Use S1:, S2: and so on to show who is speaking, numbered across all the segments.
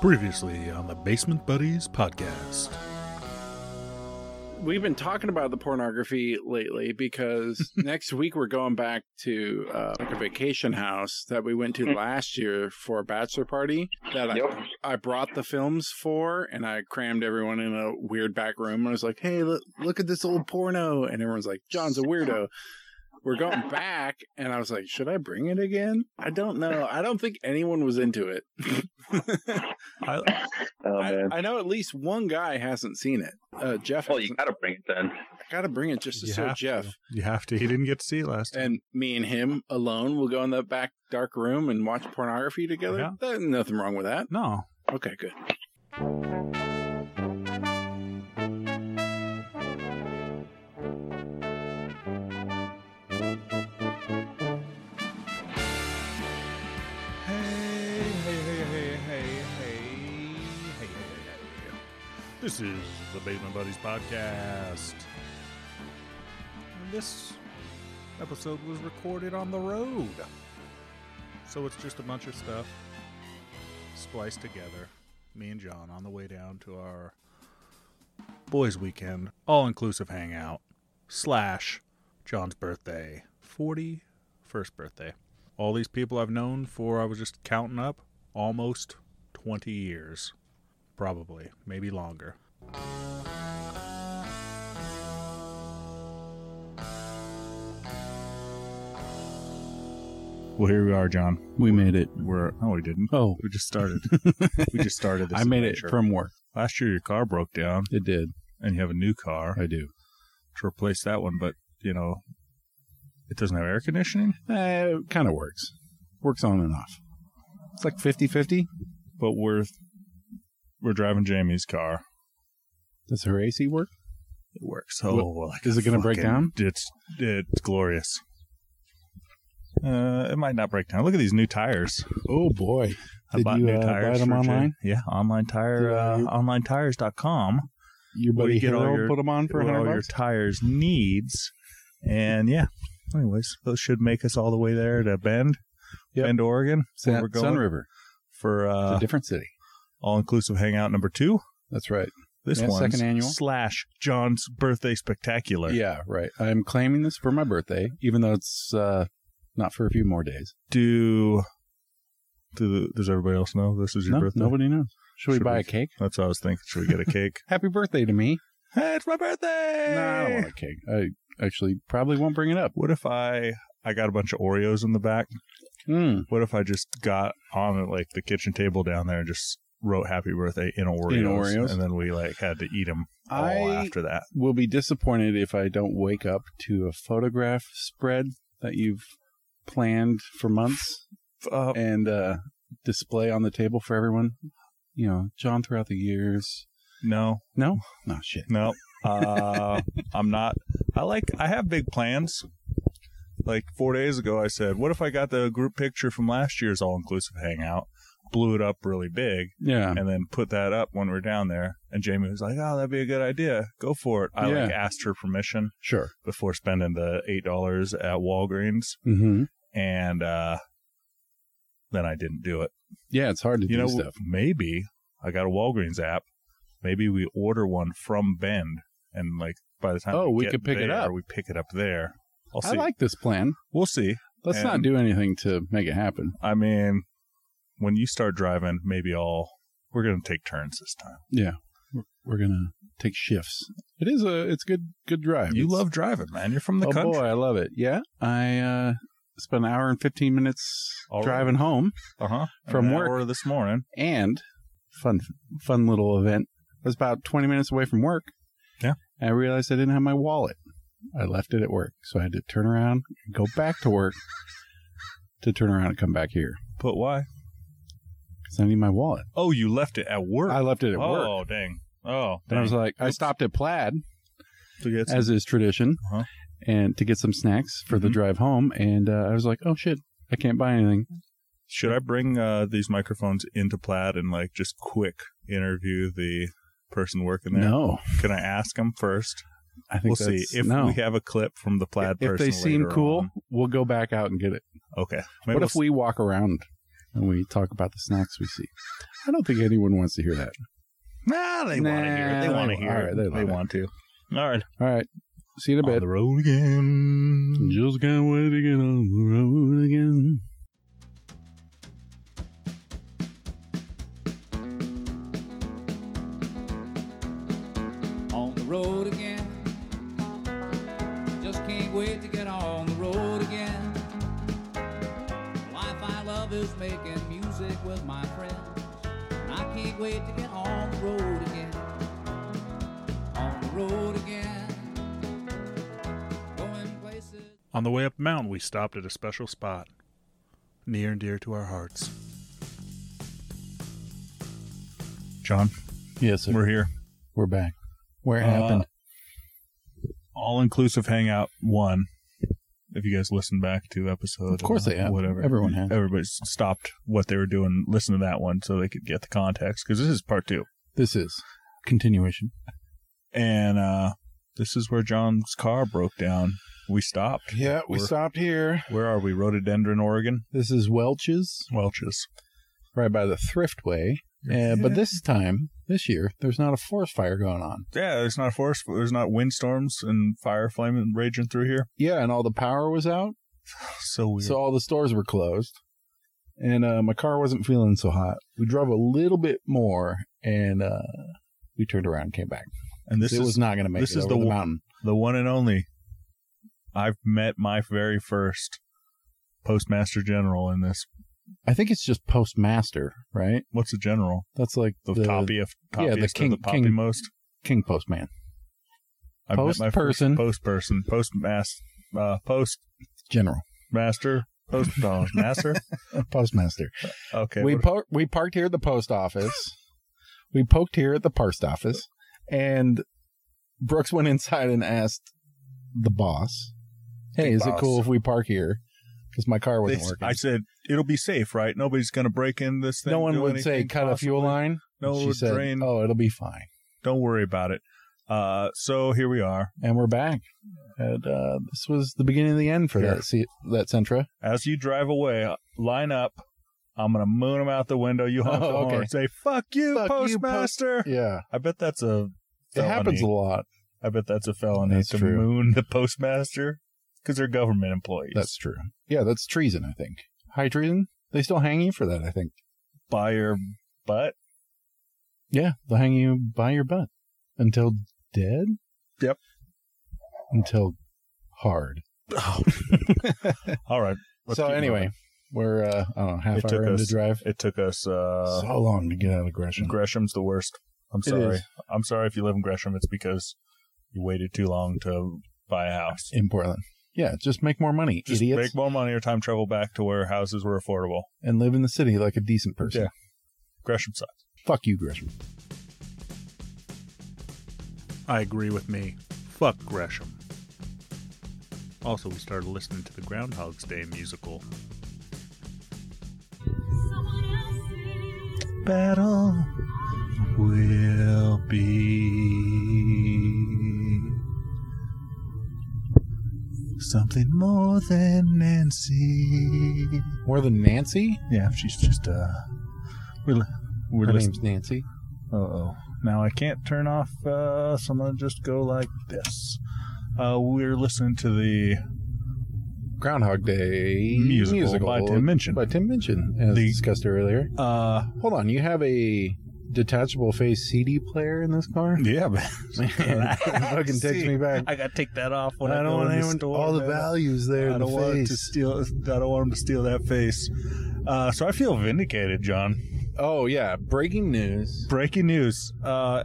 S1: Previously on the Basement Buddies podcast.
S2: We've been talking about the pornography lately because next week we're going back to uh, like a vacation house that we went to last year for a bachelor party that I,
S3: Mm-hmm. Yep.
S2: I brought the films for and I crammed everyone in a weird back room and I was like, hey, look, look at this old porno. And everyone's like, John's a weirdo. We're going back. And I was like, should I bring it again? I don't know. I don't think anyone was into it.
S1: I,
S3: Oh
S2: I,
S3: man.
S2: I know at least one guy hasn't seen it. Uh, Jeff
S3: well,
S2: hasn't.
S3: you gotta bring it then.
S2: Got to bring it just to
S1: You
S2: show
S1: have
S2: Jeff.
S1: to. you have to. He didn't get to see it last time.
S2: And me and him alone will go in the back dark room and watch pornography together.
S1: Yeah.
S2: There's nothing wrong with that.
S1: No.
S2: Okay, good.
S1: Hey, hey, hey, hey, hey, hey, hey, hey, hey. This is the Basement Buddies podcast. And this episode was recorded on the road. So it's just a bunch of stuff spliced together. Me and John on the way down to our boys' weekend, all inclusive hangout, slash John's birthday, 41st birthday all these people I've known for, I was just counting up, almost 20 years. Probably, maybe longer. Well, here we are, John.
S2: We made it.
S1: We're no, we didn't.
S2: Oh,
S1: We just started. we just started. This
S2: I made it
S1: adventure.
S2: from work.
S1: last year. Your car broke down,
S2: It did.
S1: and you have a new car
S2: I do.
S1: to replace that one. But you know, it doesn't have air conditioning.
S2: Uh, it kind of works. Works on and off. It's like 50 50.
S1: But we're we're driving Jamie's car.
S2: Does her AC work?
S1: It works. Oh,
S2: What-
S1: well, I
S2: is it gonna break
S1: fucking-
S2: down?
S1: It's it's glorious. Uh, it might not break down. Look at these new tires.
S2: Oh, boy.
S1: I
S2: Did
S1: bought
S2: you,
S1: new
S2: uh,
S1: tires
S2: buy them
S1: for Jan-
S2: online?
S1: Yeah, online tire uh,
S2: Did you-
S1: onlinetires.com.
S2: Your
S1: Well,
S2: buddy
S1: you get all
S2: Harold
S1: your-
S2: put them on for
S1: What
S2: 100
S1: all your
S2: bucks?
S1: tires needs. And yeah, anyways, those should make us all the way there to Bend,
S2: Yep.
S1: Bend, Oregon, where
S2: Sun,
S1: we're going.
S2: Sun River.
S1: for
S2: It's
S1: uh,
S2: a different city.
S1: all inclusive hangout number two.
S2: That's right.
S1: This
S2: Yeah,
S1: one
S2: second annual.
S1: slash John's birthday spectacular.
S2: Yeah, right. I'm claiming this for my birthday, even though it's uh, not for a few more days.
S1: Do, do does everybody else know this is your
S2: No,
S1: birthday?
S2: nobody knows. Should we
S1: Should
S2: buy
S1: we-
S2: a cake?
S1: That's what I was thinking. Should we get a cake?
S2: Happy birthday to me.
S1: hey, it's my birthday.
S2: No, I don't want a cake. I actually probably won't bring it up.
S1: What if I I got a bunch of Oreos in the back?
S2: Mm,
S1: What if I just got on like the kitchen table down there and just wrote "Happy Birthday" in Oreos,
S2: Oreos?
S1: and then we like had to eat them all
S2: I
S1: after that?
S2: will be disappointed if I don't wake up to a photograph spread that you've planned for months
S1: Uh,
S2: and uh, display on the table for everyone. You know, John throughout the years.
S1: no,
S2: No, no shit.
S1: no, uh, I'm not. I like I have big plans. Like four days ago, I said, "What if I got the group picture from last year's all-inclusive hangout?" Blew it up really big,
S2: Yeah,
S1: and then put that up when we we're down there. And Jamie was like, "Oh, that'd be a good idea. Go for it." I like asked her permission
S2: sure.
S1: before spending the eight dollars at Walgreens,
S2: hmm
S1: and uh, then I didn't do it.
S2: Yeah, it's hard to
S1: You
S2: do
S1: know,
S2: stuff.
S1: maybe I got a Walgreens app. Maybe we order one from Bend, and like by the time
S2: Oh, we
S1: get
S2: could pick it
S1: there,
S2: up.
S1: We pick it up there. I'll
S2: I
S1: see.
S2: like this plan.
S1: we'll see.
S2: Let's not
S1: And-
S2: do anything to make it happen.
S1: I mean, when you start driving, maybe I'll. We're gonna take turns this time.
S2: Yeah, we're, we're gonna take shifts. It is a it's good good drive.
S1: You
S2: It's-
S1: love driving, man. You're from the
S2: oh
S1: country.
S2: boy, I love it. Yeah, I uh, spent an hour and fifteen minutes
S1: All right.
S2: driving home,
S1: Uh huh.
S2: From work.
S1: hour this morning.
S2: and fun fun little event. I was about twenty minutes away from work.
S1: Yeah.
S2: and I realized I didn't have my wallet. I left it at work, so I had to turn around and go back to work to turn around and come back here
S1: But why?
S2: because I need my wallet.
S1: Oh, you left it at work.
S2: I left it at
S1: oh,
S2: work.
S1: dang. Oh,
S2: And I was like, I
S1: Oops.
S2: stopped at Plaid
S1: to get
S2: as is tradition,
S1: Uh-huh.
S2: and to get some snacks for the
S1: Mhm.
S2: drive home. And uh, I was like, oh shit, I can't buy anything.
S1: Should I bring uh, these microphones into Plaid and like just quick interview the person working there?
S2: No,
S1: Can I ask them first?
S2: I think
S1: We'll see
S2: that's-
S1: if
S2: no.
S1: we have a clip from the Plaid
S2: if
S1: person.
S2: they seem
S1: later
S2: cool,
S1: on.
S2: we'll go back out and get it.
S1: Okay. Maybe
S2: what if
S1: we'll-
S2: we walk around? and we talk about the snacks we see. I don't think anyone wants to hear that.
S1: Nah, they want to hear it. They
S2: Nah,
S1: want to
S2: they-
S1: hear
S2: alright,
S1: it.
S2: they
S1: They,
S2: love it.
S1: want to. All right.
S2: All right. See you in a
S1: On
S2: bit.
S1: the road again.
S2: Just can't wait to get on the road again.
S4: on the road again. Just can't wait to get on the road again. Life I love is making music with my friends. And I can't wait to get on the road again. On the road again. Going places.
S1: On the way up the mountain, we stopped at a special spot, near and dear to our hearts. John,
S2: Yes, sir. We're,
S1: we're here.
S2: we're back. Where
S1: Uh,
S2: happened?
S1: All inclusive hangout one. If you guys listen back to episode,
S2: Of course
S1: uh,
S2: they have.
S1: Whatever,
S2: Everyone has.
S1: Everybody stopped what they were doing, listen to that one, so they could get the context because this is part two,
S2: This is continuation.
S1: and uh, this is where John's car broke down. We stopped.
S2: Yeah,
S1: we
S2: stopped here.
S1: Where are we? Rhododendron, Oregon.
S2: This is Welch's,
S1: Welch's. right
S2: right by the Thriftway. Uh, but this time, this year, there's not a forest fire going on.
S1: Yeah, there's not forest. There's not windstorms and fire flaming raging through here.
S2: Yeah, and all the power was out,
S1: So weird.
S2: so all the stores were closed. And uh, my car wasn't feeling so hot. We drove a little bit more, and uh, we turned around and came back.
S1: and this is
S2: it was not going to make
S1: this
S2: it
S1: is
S2: over
S1: the
S2: the,
S1: one-
S2: mountain.
S1: the one and only. I've met my very first postmaster general in this.
S2: I think it's just postmaster, right?
S1: What's a general?
S2: That's like
S1: The, toppy of
S2: yeah, the
S1: toppiest
S2: king-
S1: of the poppy
S2: king-
S1: most.
S2: king postman.
S1: I've
S2: post
S1: met my
S2: person.
S1: first post person, postmaster, uh,
S2: General
S1: postmaster, postmaster.
S2: postmaster.
S1: okay,
S2: we
S1: what-
S2: po- we parked here at the post office. we poked here at the post office, and Brooks went inside and asked the boss,
S1: The
S2: "Hey, is
S1: boss.
S2: it cool if we park here? Because my car wasn't
S1: they-
S2: working."
S1: I said it'll be safe, right? Nobody's going to break in this thing.
S2: no one
S1: do
S2: would say
S1: anything
S2: cut a fuel
S1: possibly.
S2: line.
S1: No
S2: And
S1: one
S2: she
S1: would
S2: said,
S1: drain.
S2: "Oh, it'll be fine."
S1: Don't worry about it. Uh, so here we are.
S2: And we're back. And uh, this was the beginning of the end for
S1: Here.
S2: that see, that Sentra.
S1: As you drive away, uh, line up. I'm gonna moon them out the window. You honk
S2: Oh,
S1: the horn.
S2: okay.
S1: Say "fuck you,
S2: Fuck you,
S1: postmaster."
S2: Yeah,
S1: I bet that's a.
S2: it happens a
S1: felony.
S2: lot.
S1: I bet that's a felony
S2: That's
S1: to
S2: true.
S1: moon the postmaster because they're government employees.
S2: That's true. Yeah, that's treason. I think high treason. They still hang you for that. I think.
S1: by your butt.
S2: Yeah, they'll hang you by your butt until dead.
S1: Yep.
S2: Until hard.
S1: Oh. All right. let's
S2: so
S1: keep
S2: anyway,
S1: moving.
S2: we're uh, I don't know half
S1: It took
S2: hour into
S1: us-
S2: drive.
S1: it took us. uh
S2: so long to get out of Gresham.
S1: Gresham's the worst. I'm
S2: It
S1: sorry.
S2: is.
S1: I'm sorry if you live in Gresham. It's because you waited too long to buy a house.
S2: in Portland. Yeah, just make more money,
S1: Just
S2: idiots,
S1: make more money or time travel back to where houses were affordable.
S2: and live in the city like a decent person.
S1: Yeah. Gresham sucks.
S2: Fuck you, Gresham.
S1: I agree with me. Fuck Gresham. Also, we started listening to the Groundhog's Day musical. Battle will be something more than Nancy.
S2: More than Nancy.
S1: Yeah, she's just uh, we're li- we're
S2: Her
S1: listening.
S2: name's Nancy.
S1: Uh oh. Now I can't turn off, uh, so I'm going to just go like this. Uh, we're listening to the.
S2: Groundhog Day
S1: Musical by Tim Minchin.
S2: By Tim Minchin, as
S1: The-
S2: discussed earlier.
S1: Uh,
S2: Hold on, you have a detachable face CD player in this car?
S1: yeah, man.
S2: Man, it fucking takes me back.
S1: I got to take that off when I,
S2: I don't
S1: go
S2: want
S1: in the
S2: anyone.
S1: store,
S2: all the
S1: man.
S2: values there
S1: I
S2: in the
S1: don't want it
S2: face.
S1: to steal. I don't want him to steal that face. Uh, so I feel vindicated, John.
S2: Oh yeah, breaking news.
S1: Breaking news. Uh,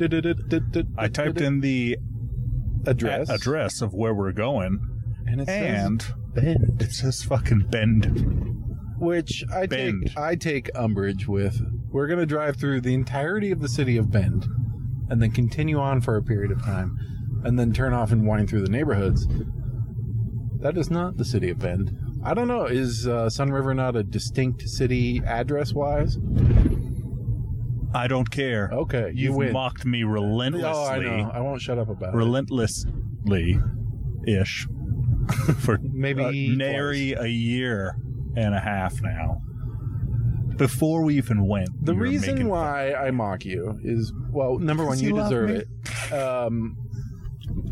S1: I typed in the
S2: address.
S1: a- address of where we're going,
S2: and it
S1: and
S2: says Bend,
S1: it says fucking Bend.
S2: which I
S1: Bend.
S2: take I take umbrage with. We're gonna drive through the entirety of the city of Bend, and then continue on for a period of time, and then turn off and wind through the neighborhoods. That is not the city of Bend. I don't know. Is uh, Sun River not a distinct city address-wise?
S1: I don't care.
S2: Okay, you
S1: You've
S2: win.
S1: mocked me relentlessly.
S2: Oh, I know. I won't shut up about it.
S1: relentlessly ish for
S2: Maybe
S1: uh,
S2: twice.
S1: nary a year and a half now. before we even went.
S2: The
S1: you were
S2: reason
S1: making-
S2: why I mock you is well, number one,
S1: Does he
S2: you
S1: love
S2: deserve
S1: me?
S2: it. Um,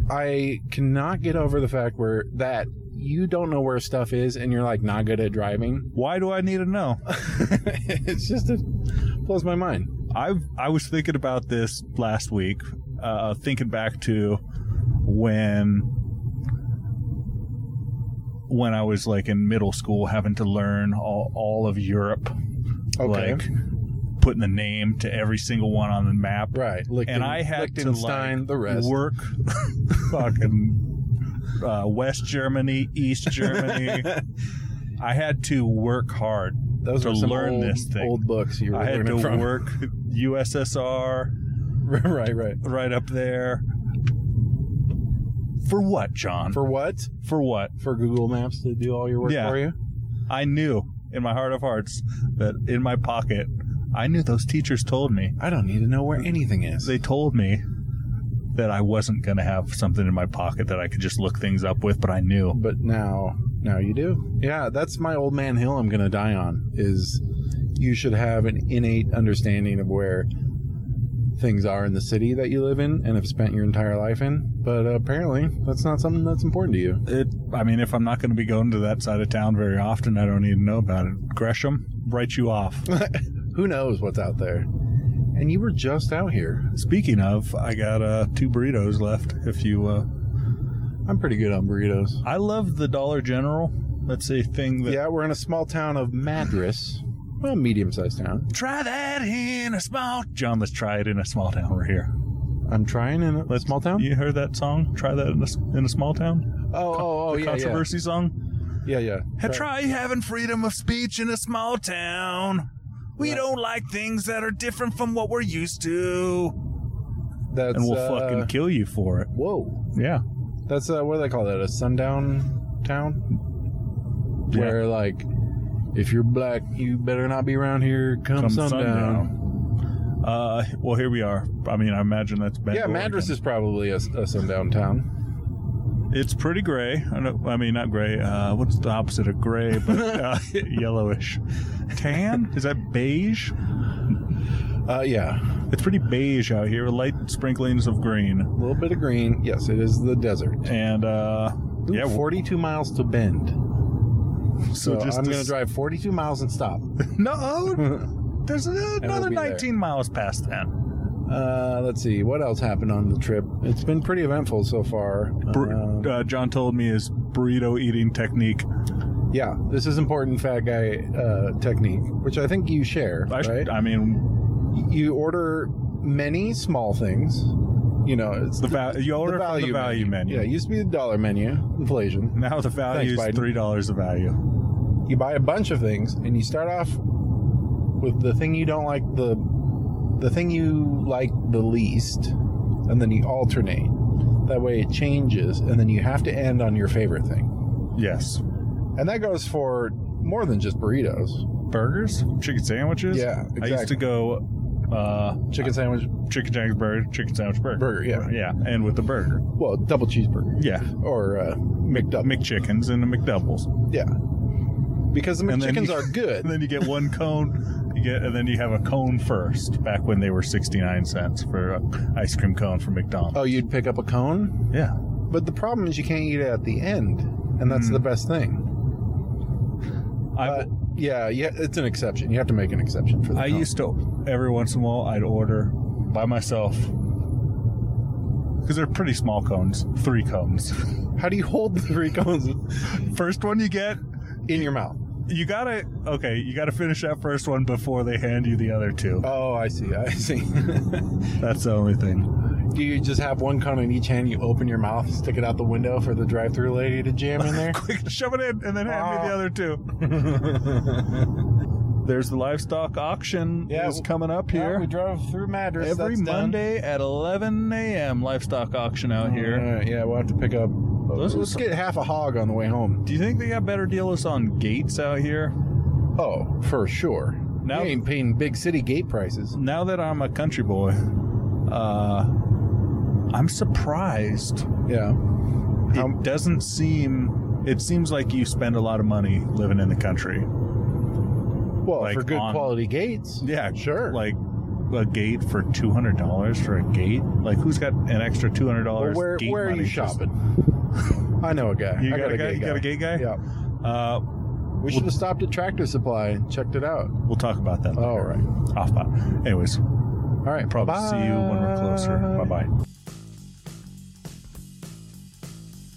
S2: I cannot get over the fact where that you don't know where stuff is and you're like not good at driving.
S1: Why do I need to know?
S2: it's just a, blows my mind.
S1: I I was thinking about this last week, uh, thinking back to when when I was like in middle school, having to learn all, all of Europe,
S2: Okay,
S1: like putting the name to every single one on the map,
S2: right. Lichten,
S1: and I had to
S2: Liechtenstein,
S1: like
S2: the rest.
S1: work fucking uh, West Germany, East Germany. I had to work hard
S2: Those
S1: to
S2: were some
S1: learn
S2: old,
S1: this thing.
S2: old books you were
S1: I had
S2: learning
S1: to
S2: from.
S1: work USSR
S2: right, right.
S1: right up there. For what, John? For,
S2: For what?
S1: what?
S2: For Google Maps to do all your work
S1: Yeah.
S2: for you?
S1: I knew in my heart of hearts that in my pocket, I knew those teachers told me.
S2: I don't need to know where anything is.
S1: They told me that I wasn't going to have something in my pocket that I could just look things up with, but I knew.
S2: but now now you do yeah that's my old man hill i'm gonna die on is you should have an innate understanding of where things are in the city that you live in and have spent your entire life in but apparently that's not something that's important to you
S1: It, I mean, if I'm not going to be going to that side of town very often, I don't need to know about it. Gresham, write you off.
S2: who knows what's out there and you were just out here
S1: Speaking of, I got uh, two burritos left. If you, uh,
S2: i'm pretty good on burritos
S1: I love the Dollar General. That's a thing that
S2: yeah we're in a small town of madras well medium-sized town
S1: Try that in a small. John, let's try it in a small town. We're here.
S2: i'm trying in a
S1: Let's-
S2: small town
S1: You heard that song? Try that in a, s- in a small town.
S2: oh oh oh
S1: the
S2: yeah, yeah
S1: controversy song.
S2: yeah yeah
S1: Hey, Try having freedom of speech in a small town. We
S2: Right.
S1: don't like things that are different from what we're used to.
S2: that's
S1: and we'll
S2: uh,
S1: fucking kill you for it.
S2: whoa
S1: Yeah.
S2: That's uh, what do they call that? A sundown town,
S1: Yeah.
S2: where like, if you're black, you better not be around here. Come, sundown.
S1: sundown. Uh, well, here we are. I mean, I imagine that's bad.
S2: Yeah, Madras is probably a, a sundown town.
S1: It's pretty gray. I, don't, I mean, not gray. Uh, what's the opposite of gray, but uh, yellowish? Tan? Is that beige?
S2: Uh, yeah,
S1: It's pretty beige out here, light sprinklings of green.
S2: a little bit of green. Yes, it is the desert.
S1: And uh,
S2: Ooh,
S1: yeah, we're-
S2: 42 miles to Bend.
S1: so,
S2: So,
S1: just
S2: I'm
S1: to
S2: going
S1: s-
S2: to drive 42 miles and stop.
S1: No,
S2: uh,
S1: there's another
S2: be there.
S1: 19 miles past that.
S2: Uh, let's see what else happened on the trip. It's been pretty eventful so far.
S1: Bur-
S2: Um,
S1: uh, John told me his burrito eating technique.
S2: yeah, this is important fat guy uh, technique, which I think you share.
S1: I, sh-
S2: right?
S1: I mean,
S2: you order many small things. You know, it's
S1: the va- you order from the value menu.
S2: Yeah, it used to be the dollar menu, inflation.
S1: Now the value
S2: Thanks,
S1: is
S2: Biden.
S1: three dollars a value.
S2: You buy a bunch of things and you start off with the thing you don't like the the thing you like the least and then you alternate. That way it changes and then you have to end on your favorite thing.
S1: Yes,
S2: And that goes for more than just burritos.
S1: burgers, chicken sandwiches. I
S2: Yeah,
S1: used to
S2: exactly.
S1: go uh,
S2: Chicken sandwich
S1: chicken sandwich burger, chicken sandwich burger.
S2: burger, yeah.
S1: Yeah, and with the burger.
S2: Well, double cheeseburger
S1: Yeah,
S2: or uh, McDouble.
S1: McChickens and the McDoubles.
S2: because the
S1: And then
S2: McChickens
S1: you-
S2: are good.
S1: and then you get one cone. You get, and then you have a cone first. Back when they were sixty-nine cents for an ice cream cone from McDonald's.
S2: Oh, you'd pick up a cone?
S1: yeah,
S2: But the problem is you can't eat it at the end, and that's
S1: Mm.
S2: the best thing.
S1: I,
S2: But yeah, yeah, it's an exception. You have to make an exception for that.
S1: I used to every once in a while I'd order by myself because they're pretty small cones, three cones.
S2: How do you hold the three cones
S1: First one you get,
S2: in your mouth?
S1: you gotta okay, you gotta finish that first one before they hand you the other two.
S2: Oh, I see. I see.
S1: That's the only thing.
S2: do you just have one cone in each hand? You open your mouth, stick it out the window for the drive-through lady to jam in there.
S1: Quick, shove it in, and then hand me the other two. There's the livestock auction
S2: Yeah,
S1: is
S2: w-
S1: coming up
S2: Yeah,
S1: here.
S2: we drove through Madras
S1: Every
S2: that's done.
S1: Monday at 11 a.m. livestock auction out here.
S2: All right, Uh, yeah, we'll have to pick up.
S1: Those
S2: let's
S1: are-
S2: get half a hog on the way home.
S1: Do you think they got better deals on gates out here?
S2: Oh, for sure.
S1: Now-
S2: we ain't paying big city gate prices.
S1: Now that I'm a country boy, uh, I'm surprised.
S2: Yeah. How-
S1: It doesn't seem. It seems like you spend a lot of money living in the country.
S2: Well,
S1: Like
S2: for good
S1: on-
S2: quality gates.
S1: Yeah,
S2: Sure.
S1: Like a gate for two hundred dollars for a gate. Like who's got an extra two hundred
S2: Well,
S1: dollars?
S2: where
S1: gate
S2: where are
S1: money
S2: you
S1: just-
S2: shopping? I know a guy.
S1: You
S2: I
S1: got, a guy,
S2: gay
S1: You got a gate guy?
S2: Yeah.
S1: Uh,
S2: We should have stopped at Tractor Supply and checked it out.
S1: we'll talk about that.
S2: All right.
S1: Off pot. Anyways,
S2: All right.
S1: probably see you when we're closer. Bye bye.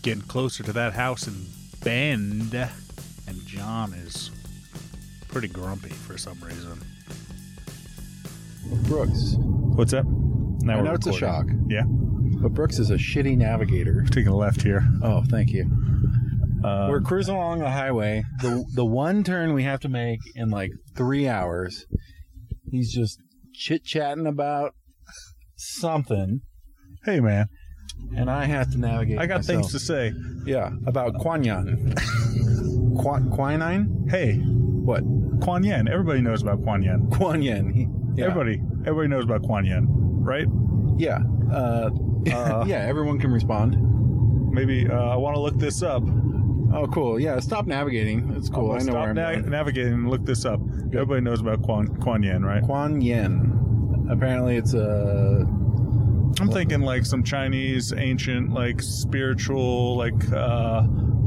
S1: Getting closer to that house in Bend, and John is pretty grumpy for some reason.
S2: Brooks.
S1: What's up? Now
S2: I
S1: we're
S2: know it's a
S1: recording.
S2: shock,
S1: Yeah,
S2: but Brooks is a shitty navigator.
S1: taking a left here.
S2: Oh, thank you.
S1: Um,
S2: We're cruising along the highway. The the one turn we have to make in like three hours. He's just chit chatting about something,
S1: hey man,
S2: and I have to navigate.
S1: I got
S2: myself.
S1: things to say.
S2: Yeah, about quinine. Quan, quinine?
S1: Hey,
S2: What?
S1: Kuan Yin. Everybody knows about Kuan Yin.
S2: Quinine. He- Yeah.
S1: Everybody, everybody knows about Kuan Yin, right?
S2: Yeah. Uh,
S1: Uh,
S2: yeah, everyone can respond.
S1: Maybe uh, I want to look this up.
S2: Oh, cool. Yeah, stop navigating. That's cool.
S1: I'll
S2: I know
S1: stop
S2: where I'm
S1: na-
S2: going.
S1: navigating and look this up. Everybody knows about Kuan, Kuan Yin, right?
S2: Quan Yin. Apparently, it's uh, a.
S1: I'm thinking like some Chinese ancient, like spiritual, like uh,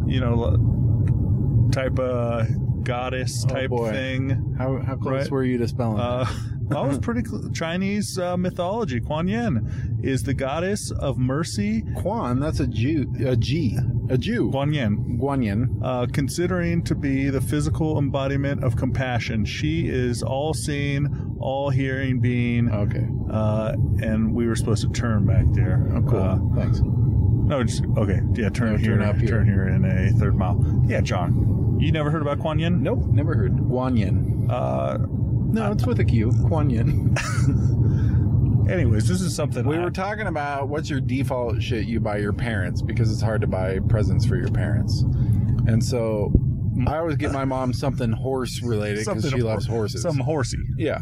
S1: you know, type of goddess
S2: Oh,
S1: type
S2: boy.
S1: thing.
S2: How, how close
S1: Right.
S2: were you to spelling? it?
S1: Uh, I was pretty cl- Chinese uh, mythology. Kuan Yin is the goddess of mercy.
S2: Quan, that's a Jew. A G. A Jew.
S1: Kuan Yin,
S2: Guan Yin.
S1: uh, considering to be the physical embodiment of compassion. She is all seeing, all hearing being,
S2: Okay.
S1: uh, and we were supposed to turn back there.
S2: Oh, cool.
S1: Uh,
S2: Thanks.
S1: no, just, okay, yeah, turn
S2: No, turn
S1: here, turn,
S2: up here.
S1: here in a third mile. Yeah, John, you never heard about Kuan Yin?
S2: Nope, never heard. Guan Yin.
S1: Uh,
S2: No, it's with a Q. Quan Yin.
S1: anyways, this is something
S2: We
S1: I-
S2: were talking about what's your default shit you buy your parents because it's hard to buy presents for your parents. And so I always get my mom something horse related because
S1: something
S2: she
S1: of-
S2: loves horses.
S1: Some horsey.
S2: Yeah.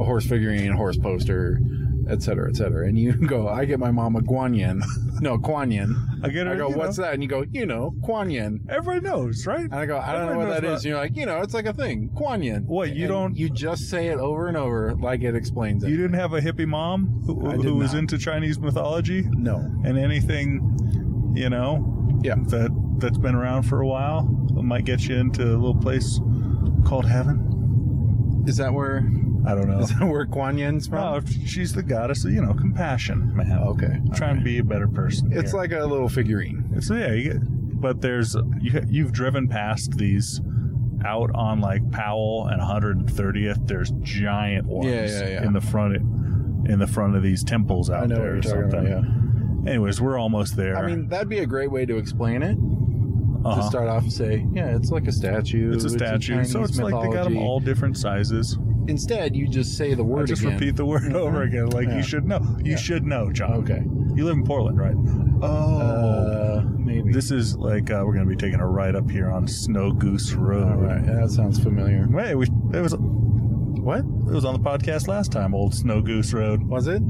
S2: A horse figurine, horse poster, et cetera, et cetera. And you go, I get my mom a guan yin. No, guan yin.
S1: I get it.
S2: I go,
S1: you
S2: what's
S1: know,
S2: that? And you go, you know, guan yin.
S1: Everybody knows, right?
S2: And I go, I don't know
S1: Everyone
S2: what that
S1: knows
S2: is.
S1: what-
S2: And you're like, you know, it's like a thing. Guan yin.
S1: What, you
S2: And
S1: don't-
S2: You just say it over and over like it explains it.
S1: You didn't have a hippie mom who,
S2: I did
S1: who was
S2: not.
S1: into Chinese mythology?
S2: No.
S1: and anything you know
S2: Yeah.
S1: that that's been around for a while might get you into a little place called heaven
S2: Is that where
S1: i don't know
S2: is that where Guan Yin's from?
S1: Oh.
S2: Oh,
S1: no she's the goddess of you know compassion man
S2: okay.
S1: trying to be a better person
S2: It's like a little figurine.
S1: like so yeah you get, but there's you, you've driven past these out on like powell and 130th there's giant ones
S2: Yeah, yeah, yeah.
S1: in the front in the front of these temples out
S2: I know what
S1: there
S2: you're
S1: or
S2: talking
S1: something
S2: about. Yeah.
S1: anyways we're almost there
S2: I mean, that'd be a great way to explain it.
S1: Uh-huh.
S2: To start off and say, yeah, it's like a statue.
S1: it's a statue so
S2: Chinese
S1: it's like they got them
S2: mythology.
S1: all different sizes
S2: Instead, you just say the
S1: I
S2: word
S1: just
S2: again.
S1: repeat the word over again like
S2: Yeah.
S1: you should know you
S2: Yeah.
S1: should know john
S2: Okay.
S1: you live in portland right oh
S2: Uh, maybe.
S1: this is like uh, we're gonna be taking a ride up here on snow goose
S2: All
S1: road
S2: right. That sounds familiar.
S1: wait we, it was what it was on the podcast last time old snow goose road
S2: Was it?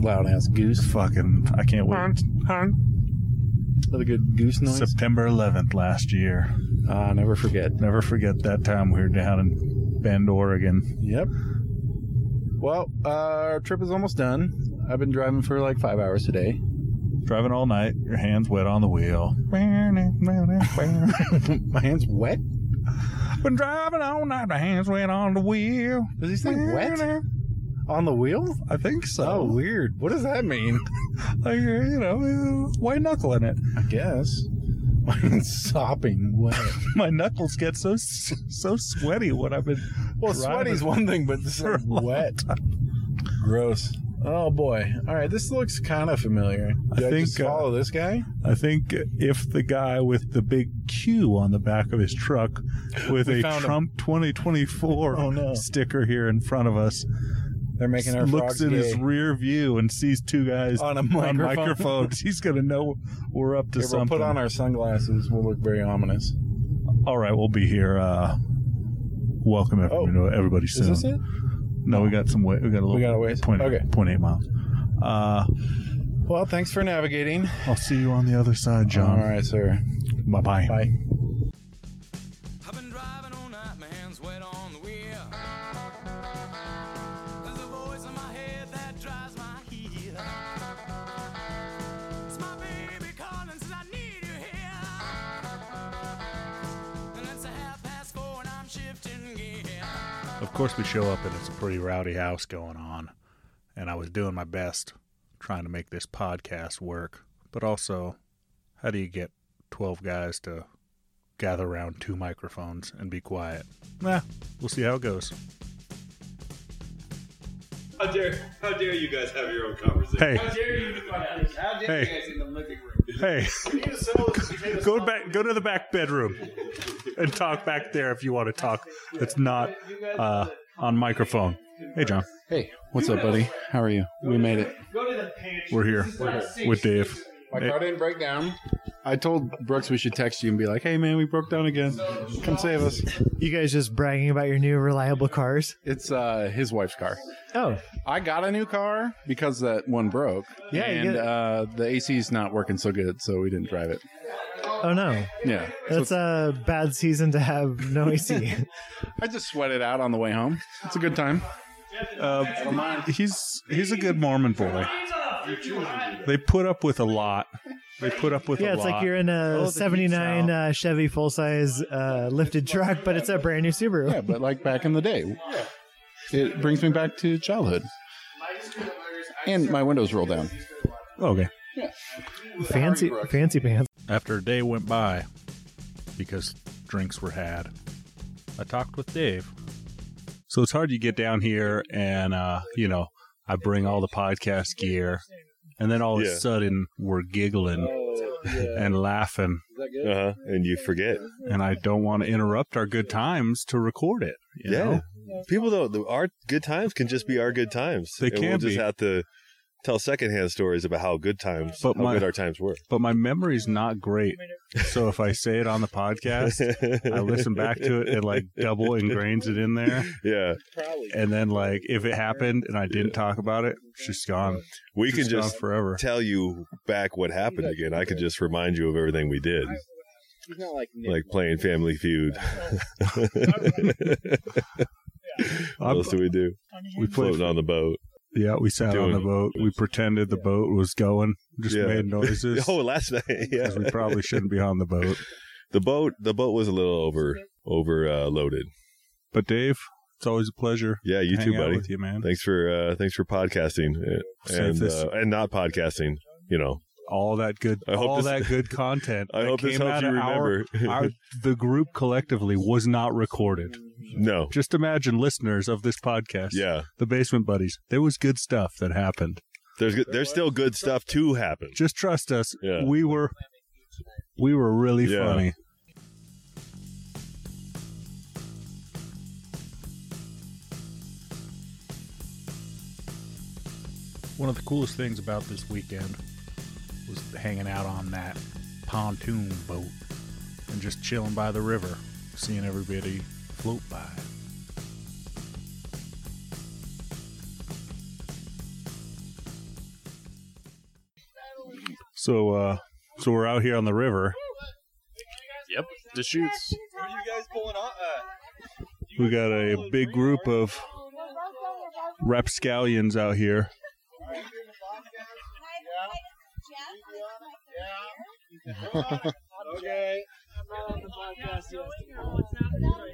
S2: Loud ass goose.
S1: fucking i can't wait
S2: With a good goose noise.
S1: september 11th last year
S2: Ah, never forget.
S1: never forget that time we were down in bend oregon
S2: Yep. Well, uh, our trip is almost done. I've been driving for like five hours today.
S1: driving all night your hands wet on the wheel
S2: My hand's wet.
S1: Been driving all night, my hands went on the wheel.
S2: Does he say wet on the wheel?
S1: I think so.
S2: Oh, weird. What does that mean?
S1: Like, you know, white knuckling it.
S2: I guess. Mine's sopping wet.
S1: My knuckles get so so sweaty when I've been.
S2: Well,
S1: driving.
S2: sweaty's one thing, but this
S1: For a
S2: is
S1: long
S2: wet. Gross. Oh boy. All right, this looks kind of familiar.
S1: I
S2: Did I,
S1: think,
S2: just
S1: uh,
S2: follow this guy
S1: I think if the guy with the big Q on the back of his truck with
S2: We
S1: a
S2: found him.
S1: Trump 2024
S2: Oh, no.
S1: sticker here in front of us
S2: they're making our
S1: looks
S2: frogs
S1: in
S2: gay
S1: his rear view and sees two guys
S2: on a
S1: on
S2: microphone.
S1: microphones. He's going to know we're up to
S2: Here, we'll
S1: something.
S2: put on our sunglasses. We'll look very ominous.
S1: All right, we'll be here. Uh, welcome everyone, everybody soon.
S2: Oh, Is this it?
S1: No, we got some. Way, we got a little.
S2: We got a ways.
S1: Point,
S2: Okay.
S1: Point eight miles. Uh,
S2: Well, thanks for navigating.
S1: I'll see you on the other side, John.
S2: All right, sir.
S1: Bye bye.
S2: Bye.
S5: I've been driving all night, my hands wet on the wheel.
S1: Of course, we show up and it's a pretty rowdy house going on. And I was doing my best trying to make this podcast work. But also, how do you get 12 guys to gather around two microphones and be quiet? Nah, we'll see how it goes.
S6: How dare how dare you guys have your own conversation?
S1: Hey,
S5: How dare you find out? How dare
S1: Hey.
S5: you guys in the living room?
S1: hey,
S5: We need to assemble this potato
S1: go
S5: salad.
S1: back, go to the back bedroom and talk back there if you want to talk. It's not uh, on microphone. Hey, John,
S2: Hey, what's up, buddy? How are you? We made it.
S5: Go to the pantry.
S1: we're here with Dave.
S2: My car didn't break down. I told Brooks we should text you and be like, "Hey, man, we broke down again. Come save us."
S7: You guys just bragging about your new reliable cars?
S2: It's uh, his wife's car.
S7: Oh,
S2: I got a new car because that one broke.
S7: Yeah, you
S2: and
S7: get-
S2: uh, the AC's not working so good, so we didn't drive it.
S7: oh no.
S2: Yeah, so
S7: That's a bad season to have no AC.
S2: I just sweat it out on the way home. It's a good time.
S8: Uh, he's he's a good Mormon boy. They put up with a lot. They put up with
S7: yeah,
S8: a
S7: it's
S8: lot.
S7: like you're in a
S8: Oh, the
S7: '79
S8: heat's
S7: uh, Chevy full size uh, lifted truck, but it's a brand new Subaru.
S2: Yeah, but like back in the day, it brings me back to childhood. And my windows roll down.
S1: Okay.
S7: fancy, fancy pants.
S1: After a day went by, because drinks were had, I talked with Dave. So it's hard you get down here and, uh, you know, I bring all the podcast gear, and then all of
S6: Yeah. Oh,
S1: a sudden we're giggling and laughing,
S6: Uh huh. And you forget.
S1: and I don't want to interrupt our good times to record it. You
S6: yeah.
S1: Know?
S6: People though, the, our good times can just be our good times.
S1: They
S6: and
S1: can
S6: We'll just
S1: be.
S6: have to tell secondhand stories about how good times,
S1: But
S6: how
S1: my-
S6: good our times were.
S1: But my memory's not great. So if I say it on the podcast, I listen back to it, it like double ingrains it in there.
S6: Yeah,
S1: And then, like, if it happened and I didn't talk about it, it's just gone.
S6: we
S1: It's
S6: can just
S1: gone forever.
S6: tell you back what happened again. I could just remind you of everything we did, like playing Family Feud. what
S1: I'm-
S6: else do we do?
S1: we played.
S6: Floating on the boat.
S1: Yeah, we sat on
S6: Doing-
S1: the boat. We pretended the boat was going. Just
S6: Yeah.
S1: made noises.
S6: Oh, last night. Yeah,
S1: 'cause we probably shouldn't be on the boat.
S6: the boat. The boat was a little over over uh, loaded.
S1: But Dave, it's always a pleasure.
S6: Yeah, you
S1: to
S6: too,
S1: hang out
S6: buddy.
S1: With you, man.
S6: Thanks for uh, thanks for podcasting uh,
S1: Save
S6: and
S1: this.
S6: uh, and not podcasting. You know,
S1: All that good.
S6: I hope
S1: all
S6: this-
S1: that good content.
S6: I
S1: that
S6: hope this
S1: came out
S6: helps you
S1: of our-
S6: remember.
S1: our- the group collectively was not recorded.
S6: no,
S1: Just imagine listeners of this podcast.
S6: yeah,
S1: The Basement Buddies. There was good stuff that happened.
S6: there's good- there's still good stuff to happen.
S1: Just trust us.
S6: Yeah.
S1: We were we were really
S6: Yeah.
S1: funny. One of the coolest things about this weekend was hanging out on that pontoon boat and just chilling by the river, seeing everybody float by. So uh so we're out here on the river.
S9: Yep, the shoots.
S1: We got a big group of rapscallions out here.
S5: Okay.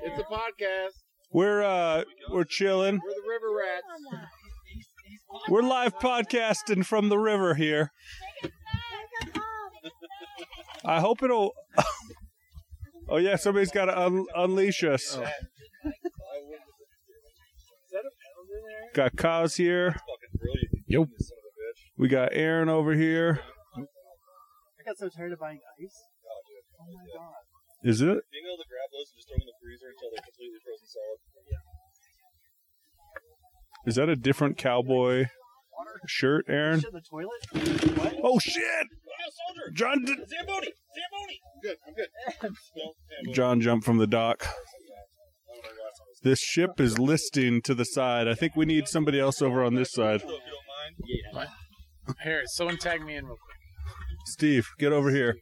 S2: It's a podcast.
S1: We're uh we're chilling.
S2: We're the river rats.
S1: We're live podcasting from the river here. I hope it'll Oh yeah, somebody's got to un- unleash us. Got Kaz here.
S10: Yep.
S1: We got Aaron over here.
S5: I got so tired of buying ice. Oh my god.
S1: Is it?
S9: Being able to grab those and just throw them in the freezer until they're completely frozen solid.
S1: Is that a different cowboy shirt, Aaron?
S5: the toilet?
S1: Oh shit! John d- John jumped from the dock.
S9: Oh
S1: This ship is listing to the side. I think we need somebody else over on this side.
S5: Here, someone tag me in real quick.
S1: Steve, get over here.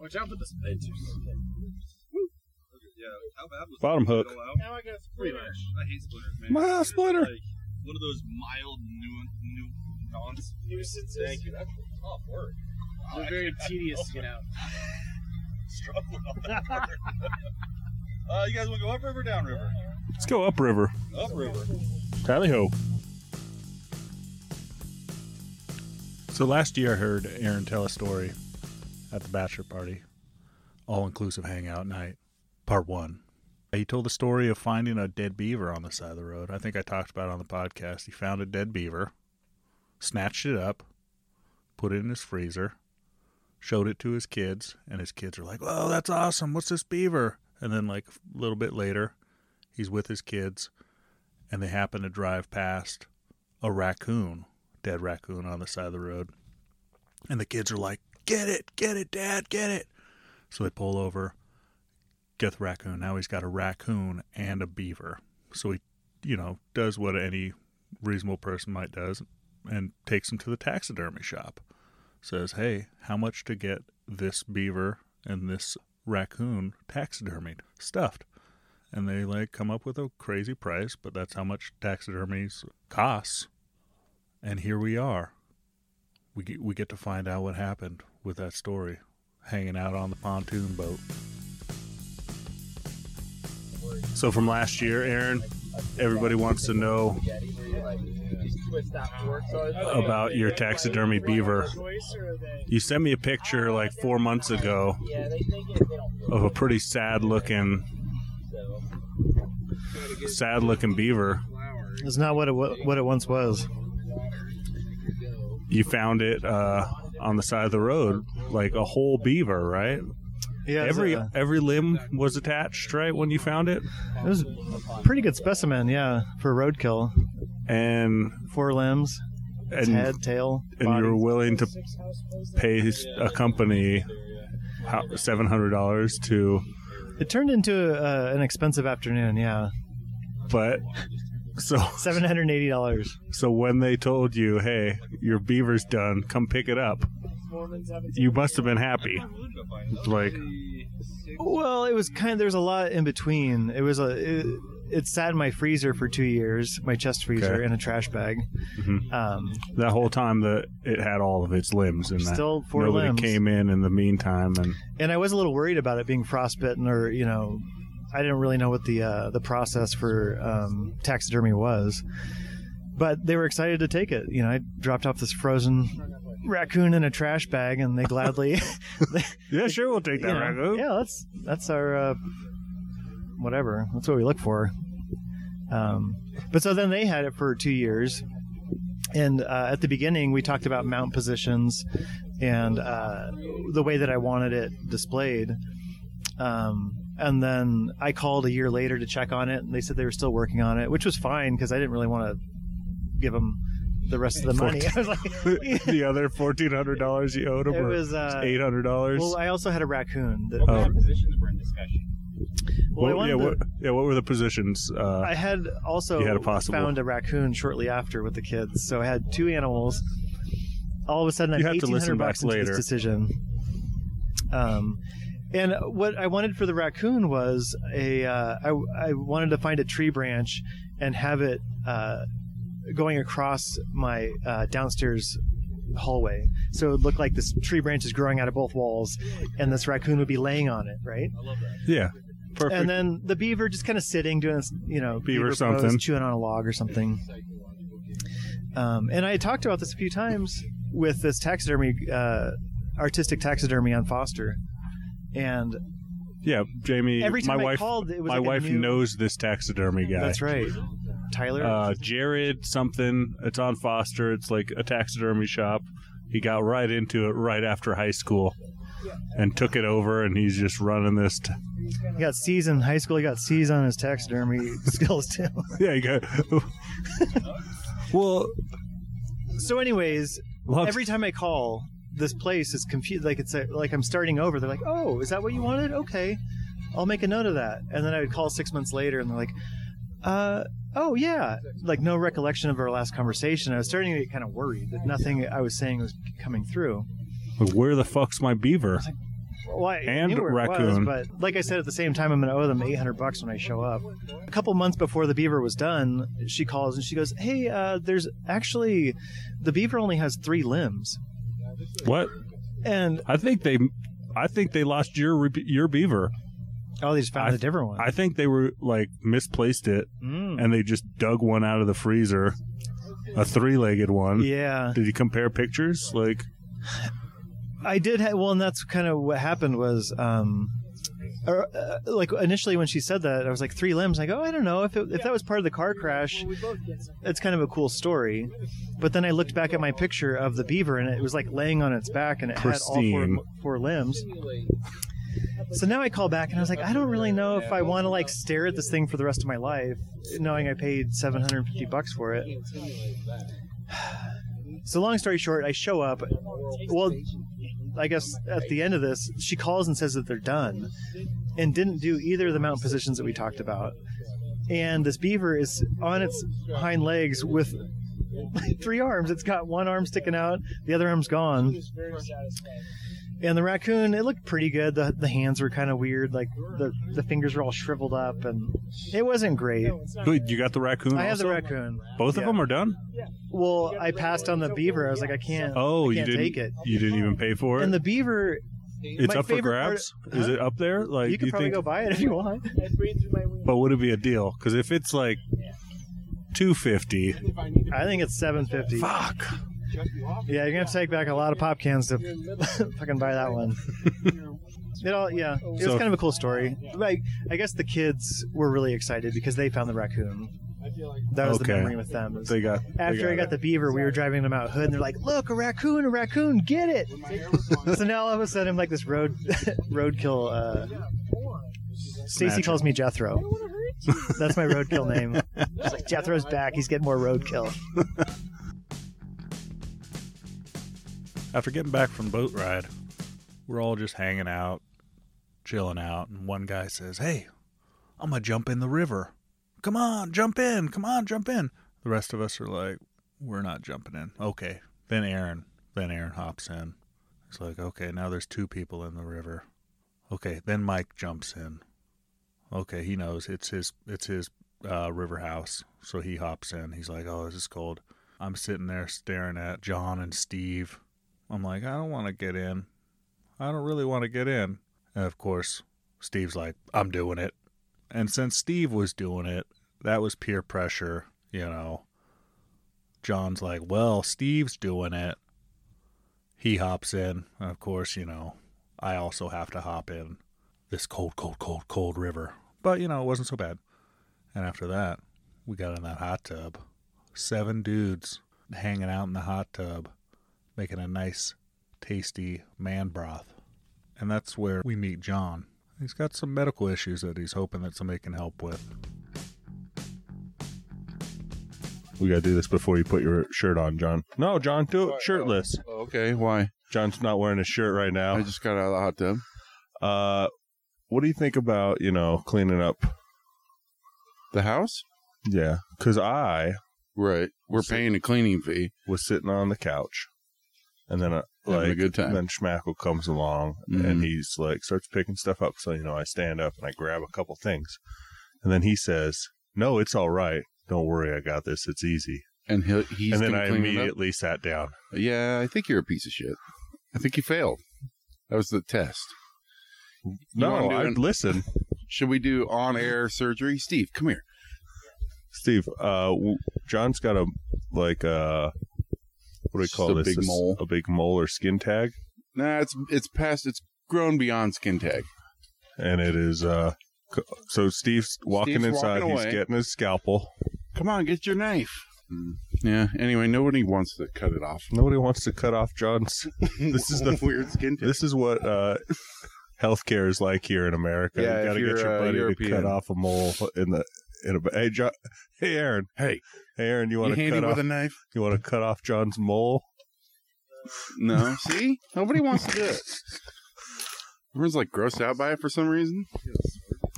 S5: Watch out for the spiders.
S1: Bottom hook.
S5: Now I got a splitter. I hate splitters, man.
S1: My ah, splitter.
S9: One of those mild new new dons. Thank you. That's a tough word.
S5: They're very tedious to get out.
S9: Struggling on that word.
S2: Uh, you guys want to go upriver or downriver?
S11: Let's go upriver.
S2: Upriver.
S1: Tally ho. So last year I heard Aaron tell a story at the bachelor party, all inclusive hangout night, part one. He told the story of finding a dead beaver on the side of the road. I think I talked about it on the podcast. He found a dead beaver, snatched it up, put it in his freezer, showed it to his kids, and his kids are like, "Oh, that's awesome! What's this beaver?" And then, like a little bit later, he's with his kids, and they happen to drive past a raccoon, dead raccoon on the side of the road, and the kids are like, "Get it, get it, Dad, get it!" So they pull over, get the raccoon. Now he's got a raccoon and a beaver. So he, you know, does what any reasonable person might does, and takes him to the taxidermy shop says, Hey, how much to get this beaver and this raccoon taxidermied, stuffed? And they like come up with a crazy price, but that's how much taxidermies costs. And here we are. We get, we get to find out what happened with that story, hanging out on the pontoon boat. So from last year, Aaron, everybody wants to know about your taxidermy beaver. You sent me a picture like four months ago of a pretty sad looking, sad looking beaver.
S7: It's not what it wa- what it once was.
S1: You found it uh, on the side of the road, like a whole beaver, right?
S7: Yeah, it was,
S1: Every
S7: a-
S1: every limb was attached, right, when you found it,
S7: it was a pretty good specimen. Yeah, for roadkill,
S1: and
S7: four limbs,
S1: and
S7: head, tail,
S1: and
S7: body.
S1: you were willing to pay s- a company seven hundred dollars to,
S7: It turned into uh, an expensive afternoon. Yeah,
S1: but so
S7: seven hundred and eighty dollars.
S1: so when they told you, hey, your beaver's done, come pick it up, you must have been happy. Like
S7: Well, it was kind. There's a lot in between. It was a. It, it sat in my freezer for two years, my chest freezer,
S1: Okay.
S7: in a trash bag.
S1: Mhm.
S7: Um,
S1: that whole time that it had all of its limbs in that.
S7: still four
S1: Nobody
S7: limbs.
S1: came in in the meantime, and
S7: and I was a little worried about it being frostbitten, or you know, I didn't really know what the uh, the process for um, taxidermy was. But they were excited to take it. You know, I dropped off this frozen raccoon in a trash bag, and they gladly.
S1: yeah, sure, we'll take
S7: you
S1: that
S7: know,
S1: raccoon.
S7: yeah, that's that's our uh, whatever. That's what we look for. Um, but so then they had it for two years, and uh, at the beginning we talked about mount positions and uh, the way that I wanted it displayed. Um, and then I called a year later to check on it, and they said they were still working on it, which was fine because I didn't really want to give them the rest of the money. I was like,
S1: the other fourteen hundred dollars you owed him
S7: it
S1: were
S7: was uh,
S1: eight hundred dollars.
S7: well. I also had a raccoon. That,
S1: Oh.
S2: Positions were in discussion.
S7: well, I
S1: What-
S7: wanted
S1: yeah,
S7: the-
S1: what, yeah, what were the positions? Uh,
S7: I had also
S1: You had a possible-
S7: found a raccoon shortly after with the kids, so I had two animals. All of a sudden, I'm
S1: You have to
S7: 1,800
S1: listen back
S7: bucks into
S1: later.
S7: this decision. Um, and what I wanted for the raccoon was a uh, I, I wanted to find a tree branch and have it uh, going across my uh, downstairs hallway, so it would look like this tree branch is growing out of both walls, and this raccoon would be laying on it, right?
S1: yeah, perfect.
S7: and then the beaver just kind of sitting doing this you know
S1: Beaver
S7: pose,
S1: something.
S7: chewing on a log or something um, and i had talked about this a few times with this taxidermy uh, artistic taxidermy on foster and
S1: yeah, Jamie.
S7: every time
S1: my
S7: I
S1: wife,
S7: called it was
S1: my
S7: like a
S1: wife
S7: new-
S1: knows this taxidermy guy.
S7: that's right tyler
S1: Uh, Jared something. It's on Foster. It's like a taxidermy shop. He got right into it right after high school, and took it over. And he's just running this. T-
S7: he got c's in high school he got c's on his taxidermy skills too
S1: yeah, you got. well,
S7: so anyways
S1: love-
S7: every time I call this place is confused like it's a, like I'm starting over they're like oh is that what you wanted okay I'll make a note of that and then I would call six months later and they're like uh oh yeah like no recollection of our last conversation I was starting to get kind of worried that nothing I was saying was coming through
S1: where the fuck's my beaver?
S7: well, I
S1: And
S7: knew where it was,
S1: raccoon.
S7: but like I said, at the same time, I'm going to owe them 800 bucks when I show up. A couple months before the beaver was done, she calls and she goes, "Hey, uh, there's actually the beaver only has three limbs."
S1: What?
S7: And
S1: I think they, I think they lost your re- your beaver.
S7: Oh, they just found a different one.
S1: I think they were like misplaced it
S7: Mm.
S1: and they just dug one out of the freezer, a three legged one.
S7: yeah,
S1: Did you compare pictures? Like,
S7: I did. Ha- well, and that's kind of what happened was, um, or, uh, like initially when she said that, I was like three limbs. I go, I don't know if it, if that was part of the car crash. It's kind of a cool story, but then I looked back at my picture of the beaver and it was like laying on its back and it had all
S1: Pristine.
S7: four, four limbs. So now I call back and I was like, I don't really know if I want to like stare at this thing for the rest of my life, knowing I paid 750 bucks for it. So long story short, I show up. Well, I guess at the end of this, she calls and says that they're done and didn't do either of the mount positions that we talked about. And this beaver is on its hind legs with three arms. It's got one arm sticking out, the other arm's gone. And the raccoon, it looked pretty good. The, the hands were kind of weird, like the, the fingers were all shriveled up, and it wasn't great.
S1: wait, you got the raccoon?
S7: I have
S1: Mm, also?
S7: the raccoon.
S1: Both of
S7: yeah.
S1: them are done.
S7: Well, I passed on the beaver. I was like, I can't.
S1: Oh,
S7: I
S1: you
S7: can't
S1: didn't.
S7: take it.
S1: You didn't even pay for it.
S7: And the beaver,
S1: it's
S7: my
S1: up for
S7: favorite part-
S1: grabs. Is
S7: Huh?
S1: it up there? Like,
S7: you
S1: do
S7: could
S1: you
S7: probably
S1: think?
S7: go buy it if you want.
S1: but would it be a deal? Because if it's like two fifty,
S7: I think it's seven fifty.
S1: fuck.
S7: Yeah, you're gonna have to take back a lot of pop cans to fucking buy that one. it all, yeah, it was
S1: So-
S7: kind of a cool story. Like, I guess the kids were really excited because they found the raccoon. That was the
S1: Okay.
S7: memory with them. It was-
S1: They got. they
S7: after I got
S1: it.
S7: the beaver, we were driving them out hood, and they're like, "Look, a raccoon, a raccoon, get it!" so now all of a sudden, I'm like this road roadkill. Uh, Stacy
S1: Snatcher.
S7: calls me Jethro. That's my roadkill name. She's like, Jethro's back. He's getting more roadkill.
S1: After getting back from boat ride, we're all just hanging out, chilling out, and one guy says, "Hey, I'm gonna jump in the river. Come on, jump in. Come on, jump in." The rest of us are like, "We're not jumping in." Okay. Then Aaron, then Aaron hops in. It's like, "Okay, now there's two people in the river." Okay. Then Mike jumps in. Okay, he knows it's his it's his uh, river house, so he hops in. He's like, "Oh, this is cold." I'm sitting there staring at John and Steve. I'm like, I don't want to get in. I don't really want to get in. And of course, Steve's like, I'm doing it. And since Steve was doing it, that was peer pressure, you know. John's like, well, Steve's doing it. He hops in. And of course, you know, I also have to hop in this cold, cold, cold, cold river. But, you know, it wasn't so bad. And after that, we got in that hot tub. Seven dudes hanging out in the hot tub making a nice, tasty man broth. And that's where we meet John. He's got some medical issues that he's hoping that somebody can help with.
S6: We got to do this before you put your shirt on, John. No, John, do it shirtless.
S12: Oh, okay, why?
S6: John's not wearing a shirt right
S12: I
S6: now.
S12: just got out of the hot tub.
S6: Uh, what do you think about, you know, cleaning up?
S12: The house?
S6: Yeah. Because I
S12: Right. We're paying a cleaning fee.
S6: was sitting on the couch and then, uh,
S12: Having
S6: like,
S12: a good time.
S6: then Schmackle comes along
S12: Mhm.
S6: and he's like, starts picking stuff up. So, you know, I stand up and I grab a couple things. And then he says, No, it's all right. Don't worry. I got this. It's easy.
S12: And he'll, he's
S6: and then
S12: gonna
S6: I
S12: clean it up.
S6: immediately sat down.
S12: Yeah, I think you're a piece of shit. I think you failed. That was the test. wanna
S6: No,
S12: do
S6: I
S12: an-
S6: listen,
S12: Should we do on air surgery? Steve, come here.
S6: Steve. Uh, w- John's got a like uh, what do we
S12: Just
S6: call
S12: a
S6: this?
S12: big
S6: This-
S12: mole.
S6: a big mole or skin tag,
S12: Nah, it's it's past it's grown beyond skin tag.
S6: and it is uh. c- So Steve's walking
S12: Steve's
S6: inside.
S12: walking away.
S6: he's getting his scalpel.
S12: Come on, get your knife. Mm. Yeah. Anyway, nobody wants to cut it off.
S6: Nobody wants to cut off John's. This is the-
S12: weird skin tag.
S6: This is what uh, healthcare is like here in America.
S12: Yeah,
S6: you
S12: if
S6: gotta
S12: you're,
S6: get
S12: uh,
S6: your buddy
S12: European.
S6: to cut off a mole in the in a. Hey, John. Hey, Aaron.
S12: Hey,
S6: Hey, Aaron. You
S12: you
S6: want to
S12: handy
S6: cut
S12: with
S6: off?
S12: a knife?
S6: You want to cut off John's mole?
S12: No. See, nobody wants to do it. Everyone's like grossed out by it for some reason.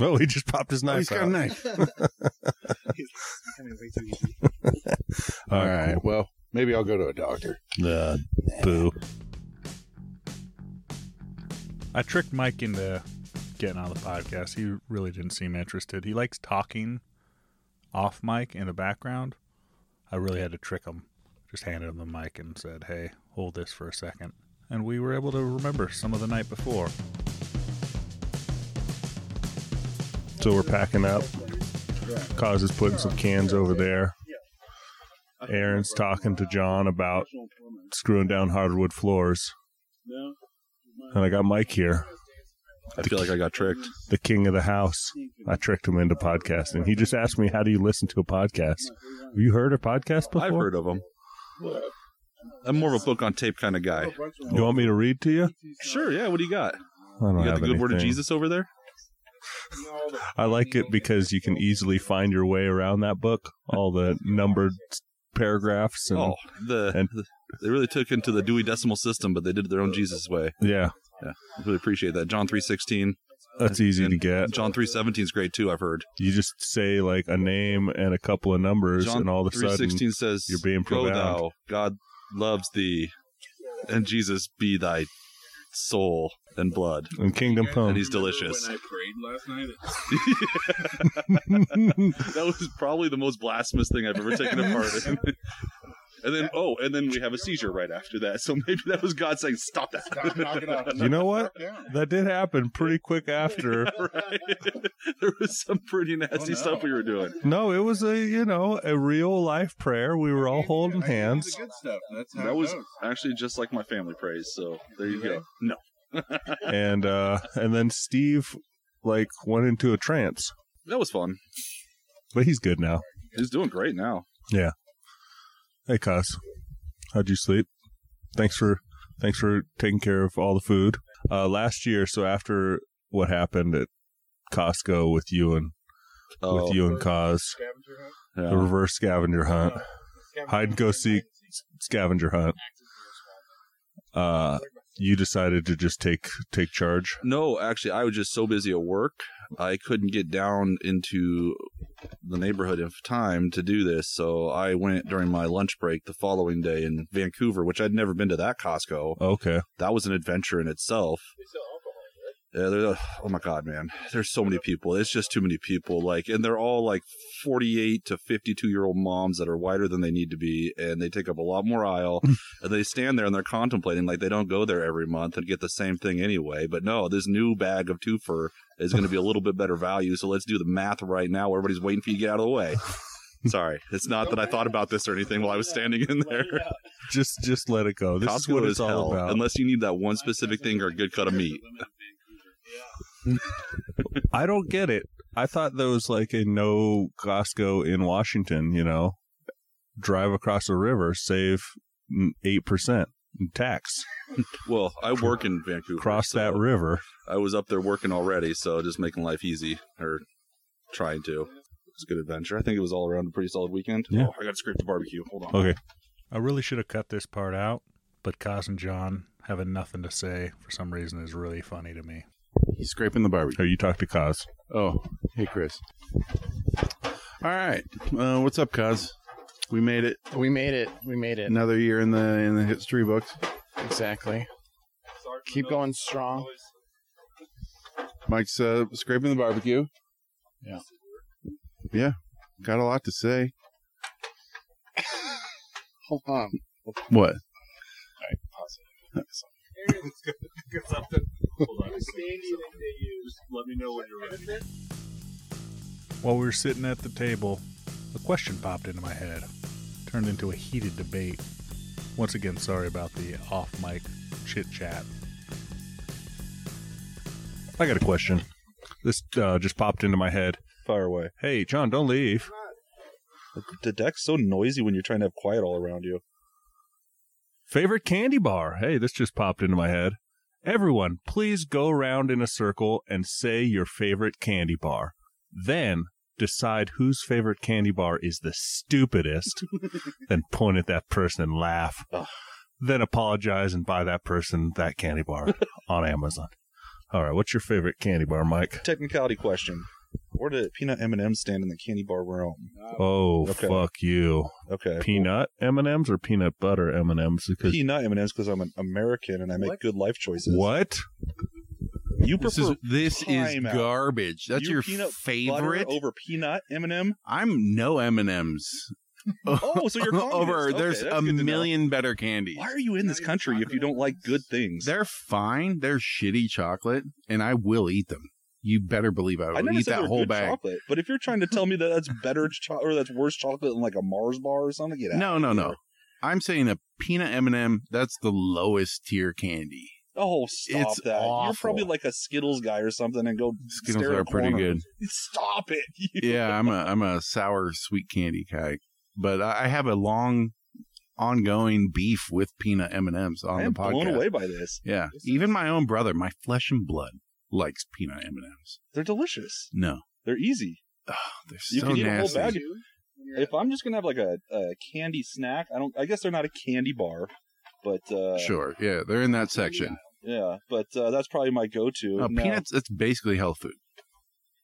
S6: No, he just popped his
S12: Oh,
S6: knife.
S12: he's got
S6: out.
S12: a knife. All right. Well, maybe I'll go to a doctor.
S6: Uh, boo.
S1: I tricked Mike into getting on the podcast. He really didn't seem interested. He likes talking off mic in the background. I really had to trick him. Just handed him the mic and said, hey, hold this for a second. And we were able to remember some of the night before.
S6: So we're packing up. Cause is putting some cans over there. Aaron's talking to John about screwing down hardwood floors. And I got Mike here,
S12: I feel like I got tricked.
S6: the king of the house. I tricked him into podcasting. He just asked me, How do you listen to a podcast? Have you heard a podcast before?
S12: I've heard of them. I'm more of a book on tape kind of guy.
S6: You want me to read to you?
S12: Sure, yeah. What do you got?
S6: I don't
S12: You
S6: have
S12: got the good word of
S6: anything.
S12: Jesus over there?
S6: I like it because you can easily find your way around that book, all the numbered paragraphs and
S12: Oh, the,
S6: Mm-hmm. and-
S12: the- they really took into the Dewey Decimal System, but they did it their own Jesus way.
S6: yeah,
S12: I really appreciate that. John three sixteen,
S6: that's easy to
S12: And
S6: get.
S12: John three seventeen is great too. I've heard.
S6: You just say like a name and a couple of numbers,
S12: John
S6: and all of a
S12: three
S6: sudden,
S12: sixteen says,
S6: you're being
S12: "Go
S6: profound."
S12: thou, God loves thee, and Jesus be thy soul and blood,
S6: and Kingdom
S12: and
S6: Come.
S12: He's delicious."
S3: I prayed last night.
S12: That was probably the most blasphemous thing I've ever taken apart. And then- And then, oh, and then we have a seizure right after that. So maybe that was God saying, "Stop that."
S6: You know what? That did happen pretty quick after.
S12: right? there was some pretty nasty stuff we were doing.
S6: No, it was a you know a real life prayer. We were all holding hands.
S3: good stuff. That's
S12: That was actually just like my family praise. So there you go. No.
S6: and uh and then Steve like went into a trance,
S12: That was fun.
S6: but he's good now.
S12: He's doing great now.
S6: Hey, Cos, how'd you sleep? Thanks for thanks for taking care of all the food. Uh, last year, so after what happened at Costco with you and
S1: Oh.
S6: with you and Cos, the
S12: Oh. Yeah.
S6: reverse Uh, scavenger hunt, hide and go seek scavenger hunt. Uh, you decided to just take take charge.
S12: No, actually, I was just so busy at work, I couldn't get down into the neighborhood in time to do this. So I went during my lunch break the following day in Vancouver, which I'd never been to that Costco.
S6: Okay,
S12: That was an adventure in itself. Yeah, they're, oh my god, man! There's so many people. It's just too many people. Like, and they're all like 48 to 52 year old moms that are whiter than they need to be, and they take up a lot more aisle. and they stand there and they're contemplating, like they don't go there every month and get the same thing anyway. But no, this new bag of twofer is going to be a little bit better value. So let's do the math right now. where Everybody's waiting for you to get out of the way. Sorry, it's not that I thought about this or anything while I was standing in there.
S6: just just let it go. This is
S12: Costco
S6: what
S12: is
S6: it's all
S12: hell,
S6: about.
S12: unless you need that one specific thing or a good cut of meat.
S6: I don't get it. I thought there was like a no Costco in Washington, you know, drive across the river, save 8% in tax,
S12: Well, I work in Vancouver.
S6: cross
S12: so
S6: that river.
S12: I was up there working already, so just making life easy or trying to. It was a good adventure. I think it was all around a pretty solid weekend.
S6: Yeah.
S12: Oh, I got to scrape the barbecue. Hold on.
S6: Okay.
S1: I really should have cut this part out, but Cos and John having nothing to say for some reason is really funny to me.
S12: He's scraping the barbecue.
S6: Or you talk to Cos.
S12: Oh,
S3: Hey, Chris.
S12: all right. Uh, what's up, Cuz?
S3: We made it
S13: We made it. We made it.
S3: another year in the in the history books.
S13: Exactly. Keep going strong.
S3: Mike's uh, scraping the barbecue.
S13: Yeah.
S3: Yeah. Got a lot to say.
S13: Hold on.
S3: What?
S1: While we were sitting at the table, a question popped into my head, turned into a heated debate. Once again, sorry about the off mic chit chat.
S6: I got a question. This uh, just popped into my head.
S12: Far away.
S6: Hey, John, don't leave.
S12: The deck's so noisy when you're trying to have quiet all around you.
S6: Favorite candy bar. Hey, this just popped into my head. Everyone, please go around in a circle and say your favorite candy bar. Then decide whose favorite candy bar is the stupidest, then point at that person and laugh.
S12: Ugh.
S6: Then apologize and buy that person that candy bar on Amazon. All right, what's your favorite candy bar, Mike?
S12: Technicality question. Where did peanut M&M stand in the candy bar realm?
S6: Oh,
S12: Okay.
S6: fuck you.
S12: Okay.
S6: Peanut M&Ms or peanut butter M&Ms because
S12: Peanut M&Ms because I'm an American and I make good life choices.
S6: what?
S12: You
S3: This
S12: prefer
S3: is this is
S12: Time out.
S3: garbage. That's
S12: You
S3: your
S12: peanut butter
S3: favorite.
S12: over peanut M&M?
S3: I'm no M and M's.
S12: Oh, so you're
S3: over.
S12: communist. Okay,
S3: There's
S12: that's
S3: a
S12: good to know.
S3: million better candies.
S12: Why are you in this country if you don't like good things?
S3: They're fine. They're shitty chocolate, and I will eat them.
S2: you better believe I
S12: I
S2: would
S12: never
S2: eat
S12: said
S2: that
S12: they're
S2: whole
S12: good
S2: bag.
S12: chocolate, but if you're trying to tell me that that's better cho- or that's worse chocolate than like a Mars bar or something, get out.
S2: No, no, no. I'm saying a peanut M&M. That's the lowest tier candy.
S12: Oh, stop
S2: It's
S12: that! You're
S2: awful.
S12: probably like a Skittles guy or something, and go
S2: Skittles
S12: stare at
S2: are pretty
S12: corners.
S2: good.
S12: Stop it!
S2: yeah, I'm a I'm a sour sweet candy guy, but I I have a long, ongoing beef with peanut M and M's on
S12: I
S2: the
S12: am
S2: podcast.
S12: blown away by this.
S2: Yeah, even my own brother, my flesh and blood, likes peanut M and M's.
S12: They're delicious.
S2: No,
S12: They're easy.
S2: they're
S12: You
S2: so
S12: can eat
S2: nasty.
S12: a whole bag. Of, if I'm just gonna have like a, a candy snack, I don't. I guess they're not a candy bar, but uh,
S2: sure, yeah, they're in that section.
S12: yeah. But uh, that's probably my go-to.
S2: Uh,
S12: Now,
S2: Peanuts, it's basically health food.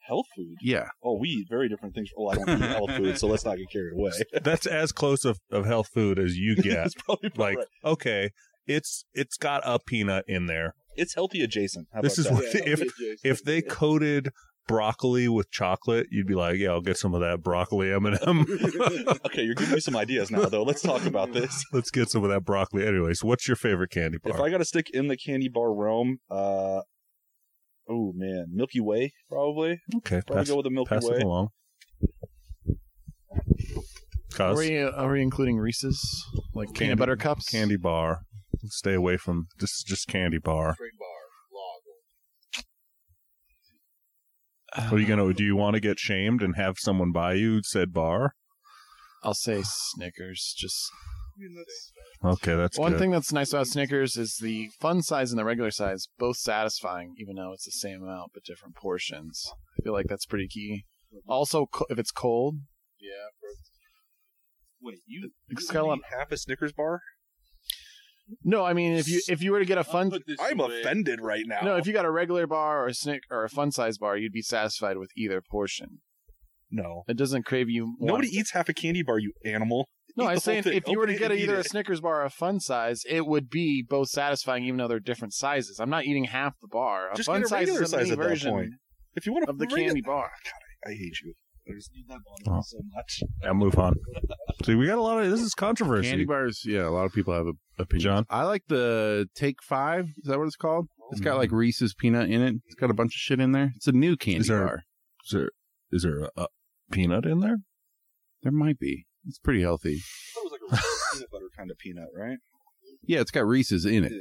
S12: health food.
S2: Yeah,
S12: Oh, we eat very different things. Well, I don't eat health food, so let's not get carried away.
S6: That's as close of, of health food as you get.
S12: That's probably about
S6: like,
S12: right.
S6: okay, it's it's got a peanut in there.
S12: it's healthy adjacent. How
S6: This
S12: about
S6: is
S12: that?
S6: what if if they coated broccoli with chocolate, you'd be like, yeah, I'll get some of that broccoli M and m
S12: okay, you're giving me some ideas now, though. Let's talk about this.
S6: Let's get some of that broccoli. Anyways, what's your favorite candy
S12: If
S6: bar?
S12: I got to stick in the candy bar realm, uh, oh man, Milky Way probably.
S6: okay,
S12: Probably
S6: pass,
S12: go with the Milky
S6: pass
S12: Way.
S6: it along.
S5: Are
S6: Cause
S5: we, are we including Reese's? Like peanut butter cups?
S6: candy bar. Stay away from this. Is just candy bar. Are you gonna? Do you want to get shamed and have someone buy you said bar?
S5: I'll say Snickers. Just
S6: Okay, that's
S5: one
S6: good.
S5: thing that's nice about Snickers is the fun size and the regular size both satisfying, even though it's the same amount but different portions. I feel like that's pretty key. Also, co- if it's cold,
S12: Wait, you
S5: It's got a lot-
S12: eat half a Snickers bar?
S5: no, I mean if you if you were to get a fun
S12: I'm offended right now.
S5: no if you got a regular bar or a snick or a fun size bar, you'd be satisfied with either portion.
S12: no.
S5: It doesn't crave you. More.
S12: Nobody eats half a candy bar, you animal.
S5: No,
S12: eat
S5: I
S12: the
S5: was saying
S12: whole thing.
S5: if you were to
S12: Open it
S5: get
S12: and eat
S5: either a
S12: it.
S5: Snickers bar or a fun size, it would be both satisfying, even though they're different sizes. I'm not eating half the bar. A
S12: Just
S5: fun
S12: get a
S5: size
S12: regular
S5: is a mini
S12: size at that
S5: version
S12: point. If you want to
S5: of the candy bar.
S12: I hate you. I just need that
S6: Oh.
S12: bottle so much.
S6: I'll move on. See, we got a lot of this is controversy.
S2: Candy bars, yeah, a lot of people have a opinion.
S6: John?
S2: I like the Take Five. Is that what it's called?
S12: Oh,
S2: It's got like Reese's peanut in it. It's got a bunch of shit in there. It's a new candy
S6: there-
S2: bar.
S6: Is there is there a, a peanut in there?
S2: There might be. It's pretty healthy.
S12: That was like a peanut butter kind of peanut, right?
S2: Yeah, it's got Reese's in it.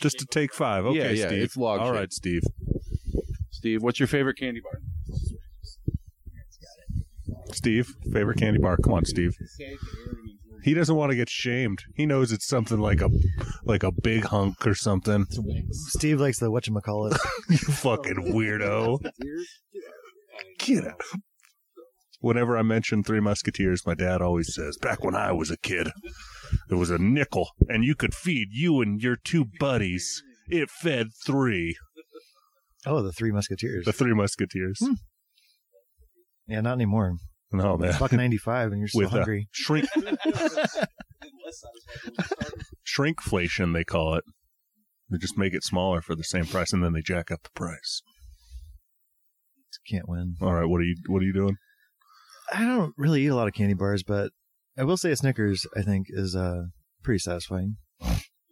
S6: Just to take five. Okay,
S2: yeah, yeah,
S6: Steve.
S2: it's log
S6: All
S2: shit.
S6: right, Steve.
S2: Steve, what's your favorite candy bar?
S6: Steve, favorite candy bar. Come on, Steve. He doesn't want to get shamed. He knows it's something like a like a big hunk or something.
S7: Steve likes the whatchamacallit.
S6: You fucking weirdo. Get out. Whenever I mention Three Musketeers, my dad always says, Back when I was a kid, there was a nickel, and you could feed you and your two buddies. It fed three.
S7: oh, the Three Musketeers.
S6: The Three Musketeers.
S7: Yeah, not anymore.
S6: No, Oh, man.
S7: Fuck ninety five, and you're still
S6: With uh,
S7: hungry.
S6: shrink shrinkflation, they call it. They just make it smaller for the same price, and then they jack up the price.
S7: Can't win.
S6: All right, what are you what are you doing?
S7: I don't really eat a lot of candy bars, but I will say a Snickers. I think is uh pretty satisfying.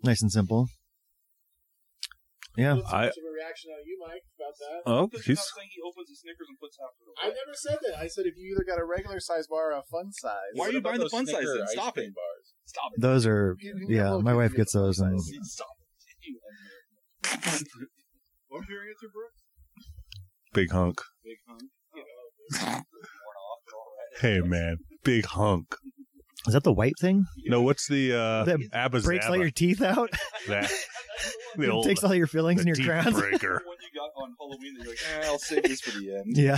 S7: Nice and simple. Yeah.
S6: I
S14: reaction out of you, Mike, about that.
S6: oh he's
S12: he opens the Snickers and puts half
S14: I never said that. I said if you either got a regular size bar or a fun size.
S12: Why are you buying the fun size then? Stop it. Stop it.
S7: Those are
S14: You can get
S7: yeah.
S14: little
S7: My
S14: kids
S7: wife
S14: to
S7: gets
S14: get
S7: those, and
S12: Stop
S14: What was your answer, Brooke?
S6: big hunk. Hey man, big hunk.
S7: is that the white thing
S6: No, what's the uh,
S7: That
S6: Abba
S7: breaks all
S6: Zabba?
S7: your teeth out?
S6: that the
S7: It
S6: old
S7: takes all your feelings
S6: the
S7: and your
S6: teeth
S7: crowns.
S6: breaker.
S12: The one you got on Halloween that you're like, eh, I'll save this for the end.
S7: Yeah.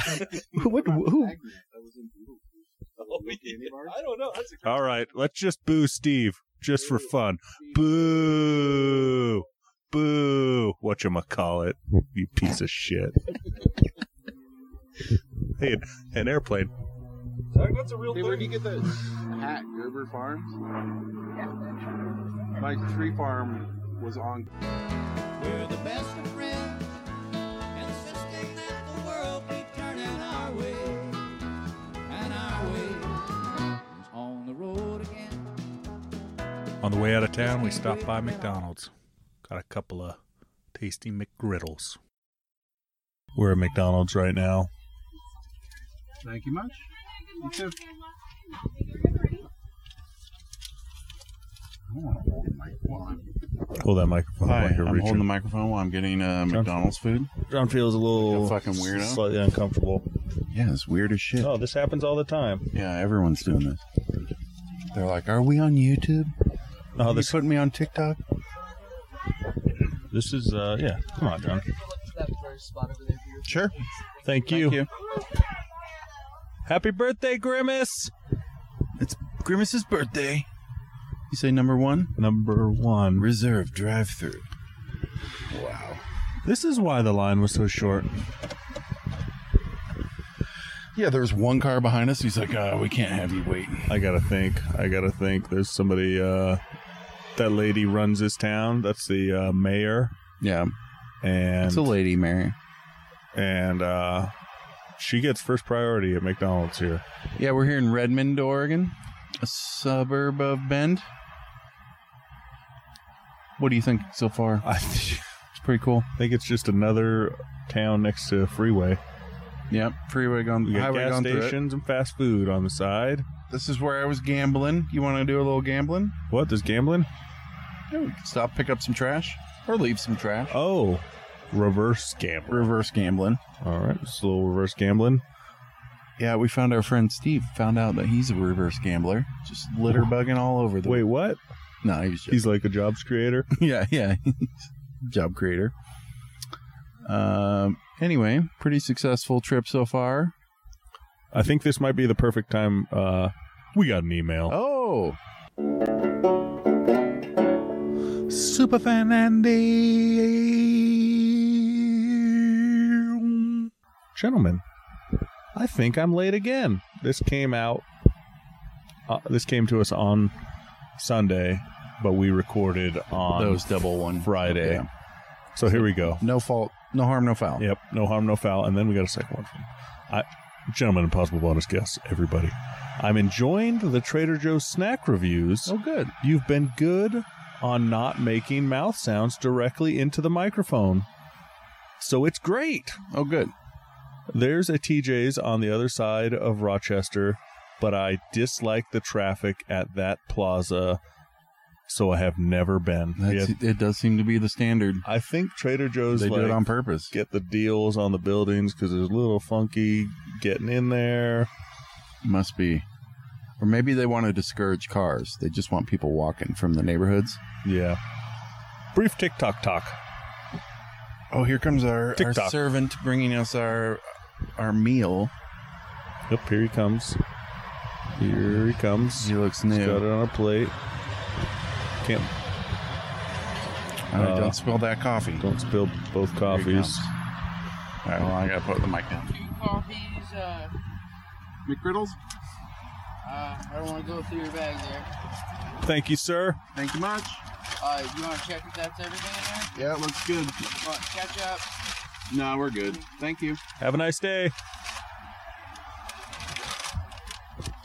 S7: who, what, who?
S12: Oh, yeah. I don't know. That's a great
S6: All right, let's just boo Steve just for fun. Boo, boo. What you call it? You piece of shit. hey, an- an airplane.
S14: Hey, where'd you get those?
S15: Pat Gerber Farms. My tree farm was on
S4: We're the best of friends, and it's just thing that the world keeps turning our way, and our way is on the road again.
S6: On the way out of town, we stopped by McDonald's. Got a couple of tasty McGriddles. We're at McDonald's right now.
S2: Thank you much.
S6: Hold that microphone.
S2: Hi,
S6: while
S2: I'm
S6: you're
S2: holding
S6: reaching.
S2: the microphone while I'm getting uh, McDonald's food.
S6: John feels a little
S2: Like a fucking weirdo.
S6: slightly uncomfortable.
S2: Yeah, it's weird as shit.
S6: Oh, this happens all the time.
S2: Yeah, everyone's doing this. They're like, "Are we on YouTube?
S6: Oh,
S2: Are you
S6: this
S2: putting me on TikTok?"
S6: this is uh yeah. Come on, John.
S2: Sure.
S6: Thank you.
S2: Thank you.
S6: Happy birthday, Grimace.
S2: It's Grimace's birthday. You say number one?
S6: Number one.
S2: Reserve drive-through.
S6: This is why the line was so short.
S2: Yeah, there's one car behind us. He's like, uh, "We can't have you waiting."
S6: I gotta think. I gotta think. There's somebody. uh That lady runs this town. That's the uh, mayor,
S2: Yeah,
S6: and
S2: it's a lady, Mary.
S6: and uh she gets first priority at McDonald's here.
S2: Yeah, we're here in Redmond, Oregon, a suburb of Bend. What do you think so far?
S6: I think
S2: It's pretty cool.
S6: it's just another town next to a freeway.
S2: Yep, freeway gone,
S6: We got
S2: highway
S6: gas
S2: gone through it.
S6: stations and fast food on the side.
S2: This is where I was gambling. You want to do a little gambling?
S6: What? There's gambling?
S2: Yeah, we can stop, pick up some trash, or leave some trash.
S6: Oh, reverse gambling.
S2: Reverse gambling.
S6: All right, just a little reverse gambling.
S2: Yeah, we found our friend Steve. Found out that he's a reverse gambler. Just litter bugging all over the.
S6: Wait, what?
S2: no, he was just,
S6: He's like a jobs creator.
S2: yeah, yeah, job creator. Um. Anyway, pretty successful trip so far.
S6: I think this might be the perfect time. Uh, we got an email.
S2: Oh,
S6: Superfan Andy. Gentlemen, I think I'm late again. This came out. Uh, this came to us on Sunday, but we recorded on
S2: those double one
S6: Friday.
S2: Yeah.
S6: So here we go.
S2: No fault, no harm, no foul.
S6: Yep. No harm, no foul. And then we got a second one from I gentlemen impossible bonus guests, everybody. I'm enjoying the Trader Joe's snack reviews.
S2: Oh, good.
S6: You've been good on not making mouth sounds directly into the microphone. So it's great.
S2: Oh, good.
S6: There's a TJ's on the other side of Rochester, but I dislike the traffic at that plaza, so I have never been.
S2: That's,
S6: Yeah,
S2: It does seem to be the standard.
S6: I think Trader Joe's
S2: They do
S6: like,
S2: it on purpose.
S6: get the deals on the buildings because it's a little funky getting in there.
S2: Must be. Or maybe they want to discourage cars. They just want people walking from the neighborhoods.
S6: Yeah. Brief TikTok talk.
S2: Oh, here comes our, our
S6: TikTok.
S2: servant bringing us our our meal.
S6: Yep, here he comes. Here he comes.
S2: He looks
S6: He's got
S2: new. Uh,
S6: it on a plate. Can't
S2: All right,
S6: Uh,
S2: don't spill that coffee.
S6: don't spill both
S2: Here he
S6: coffees.
S2: comes. All right, well, I gotta put the mic down.
S5: Two coffees, uh,
S2: McGriddles.
S5: uh, I don't want to go through your bag there.
S6: Thank you, sir.
S2: Thank you much.
S5: Uh, you want to check if that's everything in there?
S2: Yeah, it looks good.
S5: You want ketchup?
S2: No, we're good. Thank you.
S6: Have a nice day.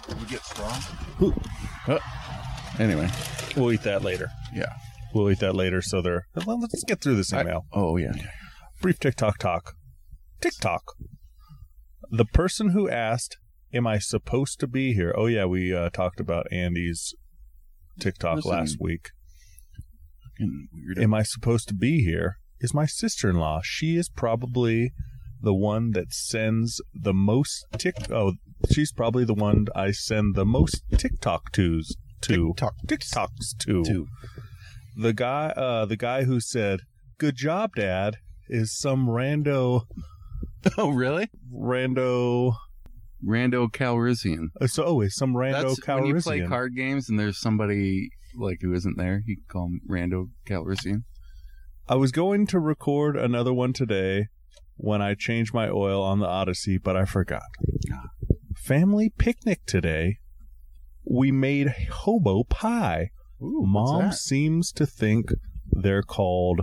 S2: We get strong. anyway,
S6: We'll eat that later.
S2: yeah.
S6: We'll eat that later. So there. Well, let's get through this
S2: I-
S6: email.
S2: oh yeah.
S6: brief TikTok talk. TikTok. The person who asked, "Am I supposed to be here?" Oh yeah, we uh, talked about Andy's TikTok
S2: Listen.
S6: last week.
S2: Fucking weirdo.
S6: Am I supposed to be here? Is my sister-in-law. She is probably the one that sends the most tick. Oh, she's probably the one I send the most TikTok tos to.
S2: TikTok.
S6: TikToks to.
S2: Two.
S6: The guy, uh, the guy who said, "Good job, Dad," is some rando,
S2: Oh really?
S6: rando. uh,
S2: Rando Calrissian.
S6: It's always some rando
S2: That's when you play
S6: Calrissian.
S2: card games and there's somebody like who isn't there. You call him Rando Calrissian.
S6: I was going to record another one today when I changed my oil on the Odyssey, but I forgot.
S2: Ah.
S6: Family picnic today. We made hobo pie. Mom
S2: that?
S6: seems to think they're called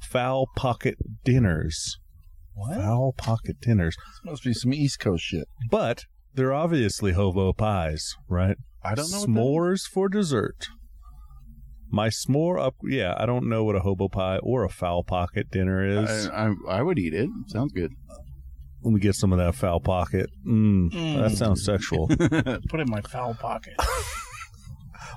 S6: foul pocket dinners. What? Foul pocket dinners.
S2: This must be some East Coast shit.
S6: But they're obviously hobo pies, right?
S2: I don't know. what that-
S6: S'mores for dessert. My s'more up. Yeah, I don't know what a hobo pie or a foul pocket dinner is.
S2: I, I, I would eat it. Sounds good.
S6: Let me get some of that foul pocket. Mm, That sounds sexual.
S16: Put it in my foul pocket.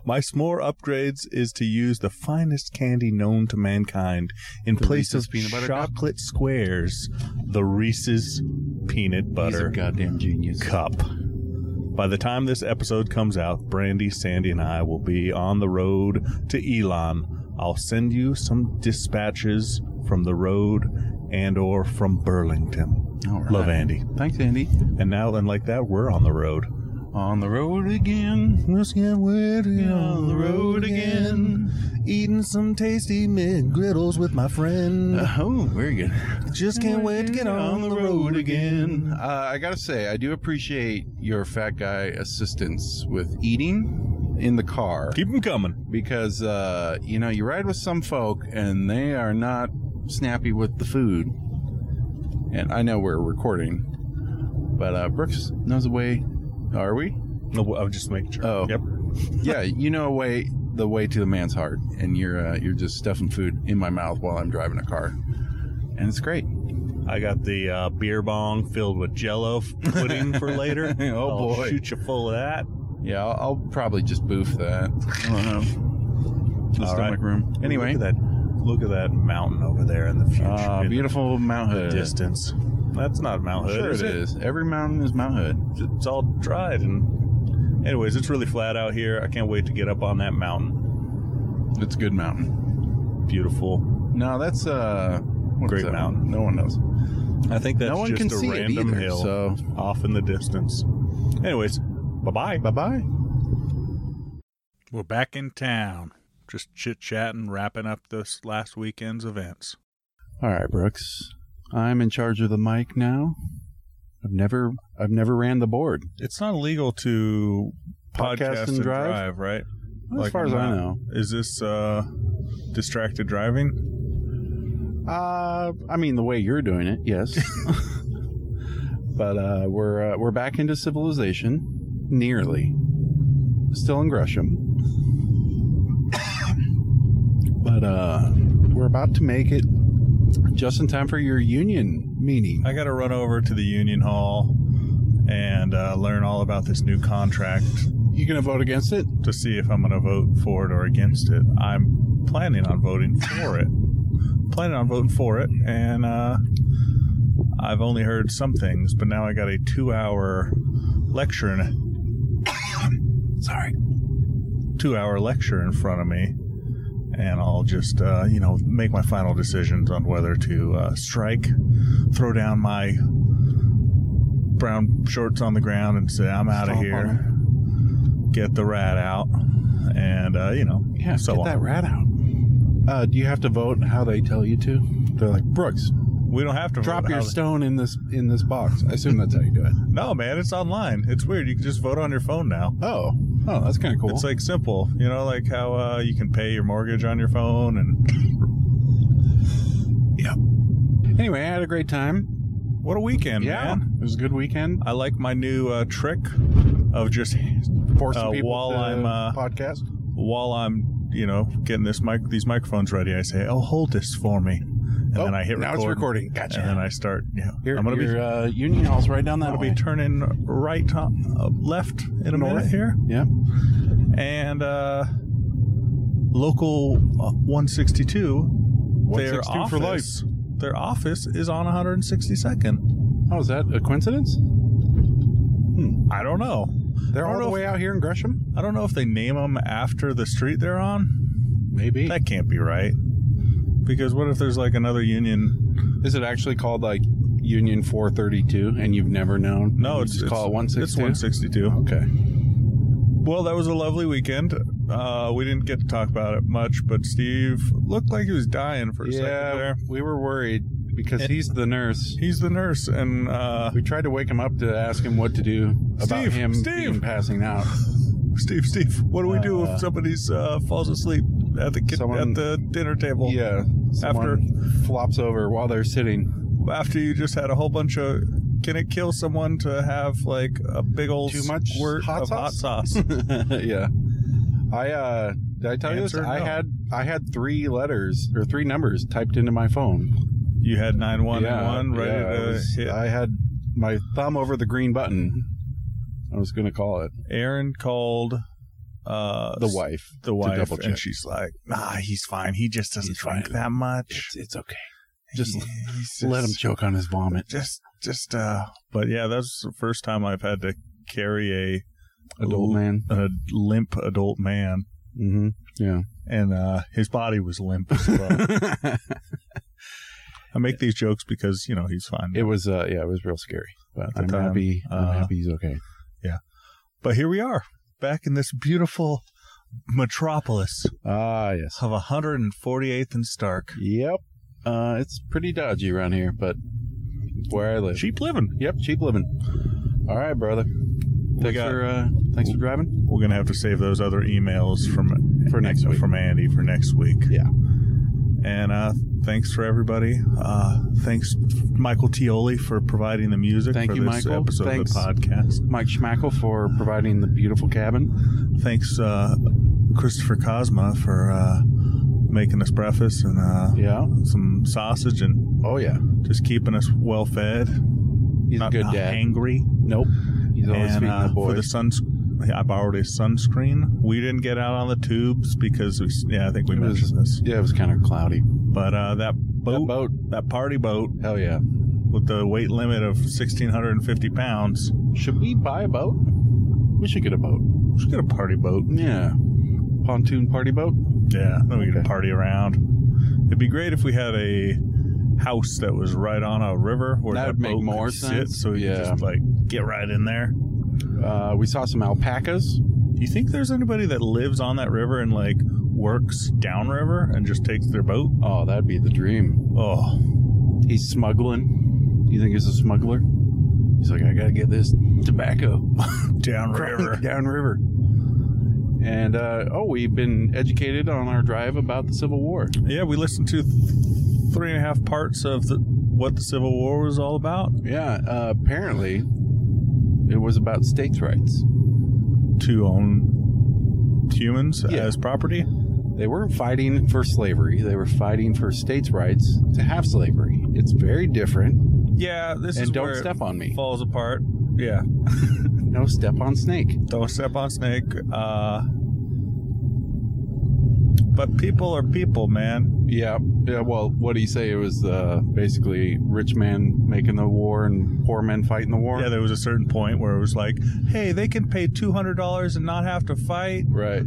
S6: My s'more upgrades is to use the finest candy known to mankind in place
S2: Reese's
S6: of
S2: peanut butter cup?
S6: chocolate squares, the Reese's peanut
S2: He's a
S6: butter
S2: goddamn genius.
S6: cup. By the time this episode comes out, Brandy, Sandy, and I will be on the road to Elon. I'll send you some dispatches from the road and or from Burlington.
S2: All right.
S6: Love Andy.
S2: Thanks, Andy.
S6: And now and like that, we're on the road.
S2: On the road again.
S6: Let's get witty
S2: On the road again.
S6: Eating some tasty McGriddles with my friend.
S2: Oh, very good.
S6: Just can't wait to get on the road again.
S2: Uh, I gotta say, I do appreciate your fat guy assistance with eating in the car
S6: Keep them coming.
S2: because uh, you know you ride with some folk and they are not snappy with the food. And I know we're recording, but uh, Brooks knows a way. Are we?
S6: No, I'm just making sure.
S2: Oh.
S6: Yep.
S2: yeah, you know a way the way to the man's heart, and you're uh, you're just stuffing food in my mouth while I'm driving a car, and it's great.
S6: I got the uh, beer bong filled with Jello f- pudding for later.
S2: Oh,
S6: I'll
S2: boy.
S6: shoot you full of that.
S2: Yeah, I'll, I'll probably just boof that. I don't know. The
S6: All
S2: stomach
S6: right.
S2: room. Anyway,
S6: look at that. Look at that mountain over there in the future.
S2: Ah,
S6: in
S2: beautiful Mount
S6: the
S2: Hood.
S6: distance. That's not Mount Hood.
S2: Sure
S6: is
S2: it is. Every mountain is Mount Hood.
S6: It's all dried and. Anyways, it's really flat out here. I can't wait to get up on that mountain.
S2: It's a good mountain.
S6: Beautiful.
S2: No, that's uh, what's
S6: Great
S2: that?
S6: mountain.
S2: No one knows.
S6: I think that's
S2: no one
S6: just
S2: can
S6: a
S2: see it
S6: random
S2: either.
S6: hill
S2: So
S6: off in the distance. Anyways, bye bye.
S2: bye bye.
S1: We're back in town, just chit chatting, wrapping up this last weekend's events.
S2: All right, Brooks. I'm in charge of the mic now. I've never I've never ran the board.
S6: It's not illegal to podcast, and, drive? right?
S2: As
S6: Like,
S2: far as I
S6: not-
S2: know.
S6: Is this uh distracted driving?
S2: Uh, I mean the way you're doing it, yes. but uh, we're uh, we're back into civilization, nearly. Still in Gresham, but uh, we're about to make it just in time for your union meeting.
S6: I got to run over to the union hall and uh, learn all about this new contract
S2: You gonna vote against it?
S6: to see if I'm going to vote for it or against it. I'm planning on voting for it. planning on voting for it, and uh, I've only heard some things, but now I got a two-hour lecture uh, in. Sorry, two-hour lecture in front of me, and I'll just uh, you know make my final decisions on whether to uh, strike, throw down my brown shorts on the ground, and say I'm out of
S2: Stomp on
S6: here get the rat out, and uh, you know,
S2: Yeah,
S6: so
S2: get
S6: on.
S2: that rat out. Uh, do you have to vote how they tell you to? They're like Brooks,
S6: we don't have to
S2: drop
S6: vote
S2: your
S6: how-
S2: stone in this in this box. I assume that's how you do it.
S6: No, man, it's online. It's weird. You can just vote on your phone now.
S2: Oh, oh, that's kind of cool.
S6: It's like simple, you know, like how uh, you can pay your mortgage on your phone, and
S2: Anyway, I had a great time.
S6: what a weekend, man!
S2: it was a good weekend.
S6: I like my new uh, trick of just
S2: Forcing
S6: Uh,
S2: people
S6: while
S2: to
S6: I'm, uh,
S2: podcast.
S6: while I'm, you know, getting this mic, these microphones ready. I say, "Oh, hold this for me," and then I hit
S2: Oh, now it's
S6: record,
S2: recording. Gotcha.
S6: and then I start. Yeah,
S2: Your-
S6: I'm gonna be
S2: your, uh, union hall's right down that
S6: gonna
S2: way.
S6: be turning right, to, uh, left in a
S2: North.
S6: minute here.
S2: yeah.
S6: and uh, local uh, 162, their
S2: 162 for life.
S6: office, their office is on 162nd.
S2: Oh, is that a coincidence?
S6: I don't know.
S2: They're
S6: I don't
S2: all the
S6: know
S2: way out here in Gresham.
S6: I don't know if they name them after the street they're on.
S2: Maybe.
S6: That can't be right. Because what if there's like another union?
S2: Is it actually called like Union 432, and you've never known?
S6: No,
S2: You
S6: it's
S2: just
S6: it's,
S2: call it
S6: It's
S2: 162.
S6: 162.
S2: Okay.
S6: Well, that was a lovely weekend. Uh, we didn't get to talk about it much, but Steve looked like he was dying for a second
S2: Yeah,
S6: there.
S2: we were worried because
S6: It-
S2: he's the nurse.
S6: He's the nurse, and uh,
S2: We tried to wake him up to ask him what to do about
S6: Steve,
S2: him
S6: Steve.
S2: being passing out.
S6: Steve, Steve, what do we do
S2: Uh,
S6: if somebody's uh, falls asleep at the kid,
S2: Someone-
S6: at the dinner table?
S2: Yeah.
S6: After-
S2: someone flops over while they're sitting.
S6: After you just had a whole bunch of, can it kill someone to have like a big old
S2: Too much
S6: squirt
S2: hot
S6: of
S2: sauce?
S6: hot sauce?
S2: yeah. I uh Did I tell you this?
S6: Answer
S2: I
S6: no.
S2: had I had three letters or three numbers typed into my phone.
S6: You had nine one
S2: Yeah,
S6: and one ready
S2: yeah, it
S6: to
S2: was-
S6: hit.
S2: I had my thumb over the green button. I was going to call it
S6: Aaron called uh,
S2: the wife.
S6: the wife,
S2: double check.
S6: and she's like, "Nah, he's fine. He just doesn't
S2: He's
S6: drink
S2: fine.
S6: that much.
S2: It's, it's okay. Just
S6: He's
S2: let him
S6: just-
S2: choke on his vomit.
S6: Just, just, uh." But yeah, that's the first time I've had to carry a
S2: Adult man.
S6: a, a limp adult man,
S2: Mm-hmm. Yeah.
S6: and uh, his body was limp as well. I make these jokes because you know he's fine.
S2: it was uh yeah, it was real scary. But
S6: At the
S2: I'm
S6: time,
S2: happy.
S6: uh,
S2: I'm happy he's okay.
S6: But here we are, back in this beautiful metropolis
S2: Ah yes.
S6: of 148th and Stark.
S2: Yep. Uh, it's pretty dodgy around here, but where I live.
S6: Cheap living.
S2: Yep, cheap living. All right, brother. Thanks
S6: got-
S2: for uh, thanks for driving.
S6: We're gonna have to save those other emails from
S2: For next week.
S6: from Andy for next week.
S2: Yeah.
S6: And uh, thanks for everybody. Uh, thanks, Michael Tioli, for providing the music
S2: Thank
S6: for
S2: you,
S6: this
S2: Michael.
S6: episode
S2: Thanks.
S6: of the podcast.
S2: Mike Schmackel for providing the beautiful cabin.
S6: Thanks, uh, Christopher Cosma, for uh, making us breakfast and uh,
S2: Yeah.
S6: some sausage and
S2: Oh yeah.
S6: just keeping us well fed,
S2: He's
S6: not,
S2: a good
S6: not
S2: dad.
S6: hangry.
S2: Nope. He's always
S6: and
S2: feeding
S6: uh,
S2: the
S6: for the
S2: boys.
S6: suns, I borrowed his sunscreen. We didn't get out on the tubes because, we, yeah, I think we
S2: It was-
S6: mentioned this.
S2: yeah, it was kind of cloudy.
S6: But uh, that
S2: That
S6: boat, that
S2: boat.
S6: party boat
S2: Hell yeah.
S6: with the weight limit of 1,650 pounds,
S2: Should we buy a boat? We should get a boat.
S6: we should get a party boat.
S2: Yeah. Pontoon party boat.
S6: Yeah, then we could
S2: Okay.
S6: party around. It'd be great if we had a house that was right on a river where
S2: That
S6: that
S2: would make
S6: boat
S2: more
S6: could
S2: sense.
S6: sit, so we
S2: Yeah.
S6: could just like get right in there.
S2: Uh, we saw some alpacas.
S6: Do you think there's anybody that lives on that river and like works downriver and just takes their boat?
S2: Oh, that'd be the dream.
S6: Oh,
S2: He's smuggling. You think he's a smuggler? He's like, I gotta get this tobacco
S6: downriver.
S2: downriver. And uh, oh, we've been educated on our drive about the Civil War.
S6: Yeah, we listened to th- three and a half parts of the, what the Civil War was all about.
S2: Yeah, uh, apparently it was about states' rights.
S6: to own humans
S2: Yeah.
S6: as property.
S2: They weren't fighting for slavery; they were fighting for states' rights to have slavery. It's very different.
S6: Yeah, this is
S2: and don't
S6: where
S2: step on
S6: it
S2: me.
S6: falls apart. Yeah,
S2: No step on snake.
S6: don't step on snake. Uh, but people are people, man.
S2: Yeah, yeah. Well, what do you say? It was uh, basically rich man making the war and poor men fighting the war.
S6: Yeah, there was a certain point where it was like, hey, they can pay two hundred dollars and not have to fight.
S2: right.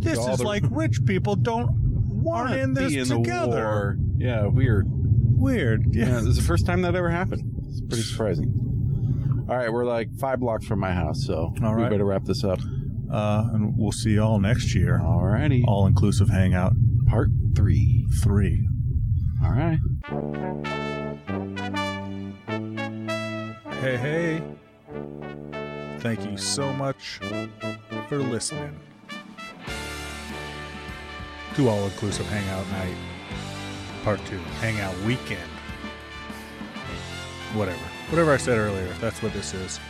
S6: This
S2: All
S6: is
S2: the-
S6: like rich people don't aren't in this
S2: be in The
S6: together.
S2: war. Yeah, weird.
S6: Weird.
S2: Yeah,
S6: Yeah.
S2: this is the first time that ever happened. It's pretty surprising. All right, we're like five blocks from my house, so
S6: All
S2: we
S6: right.
S2: better wrap this up.
S6: Uh, and we'll see y'all next year.
S2: All righty,
S6: All inclusive hangout
S2: part three.
S6: three.
S2: All right.
S6: Hey, hey. Thank you so much for listening to All Inclusive Hangout Night, Part 2, Hangout Weekend. Whatever. Whatever I said earlier, that's what this is.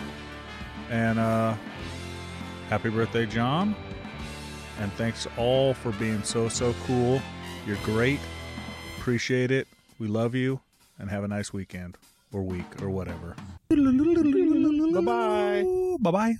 S6: And, uh, happy birthday, John. And thanks all for being so, so cool. You're great. Appreciate it. We love you. And have a nice weekend or week or whatever.
S2: Bye bye.
S6: Bye bye.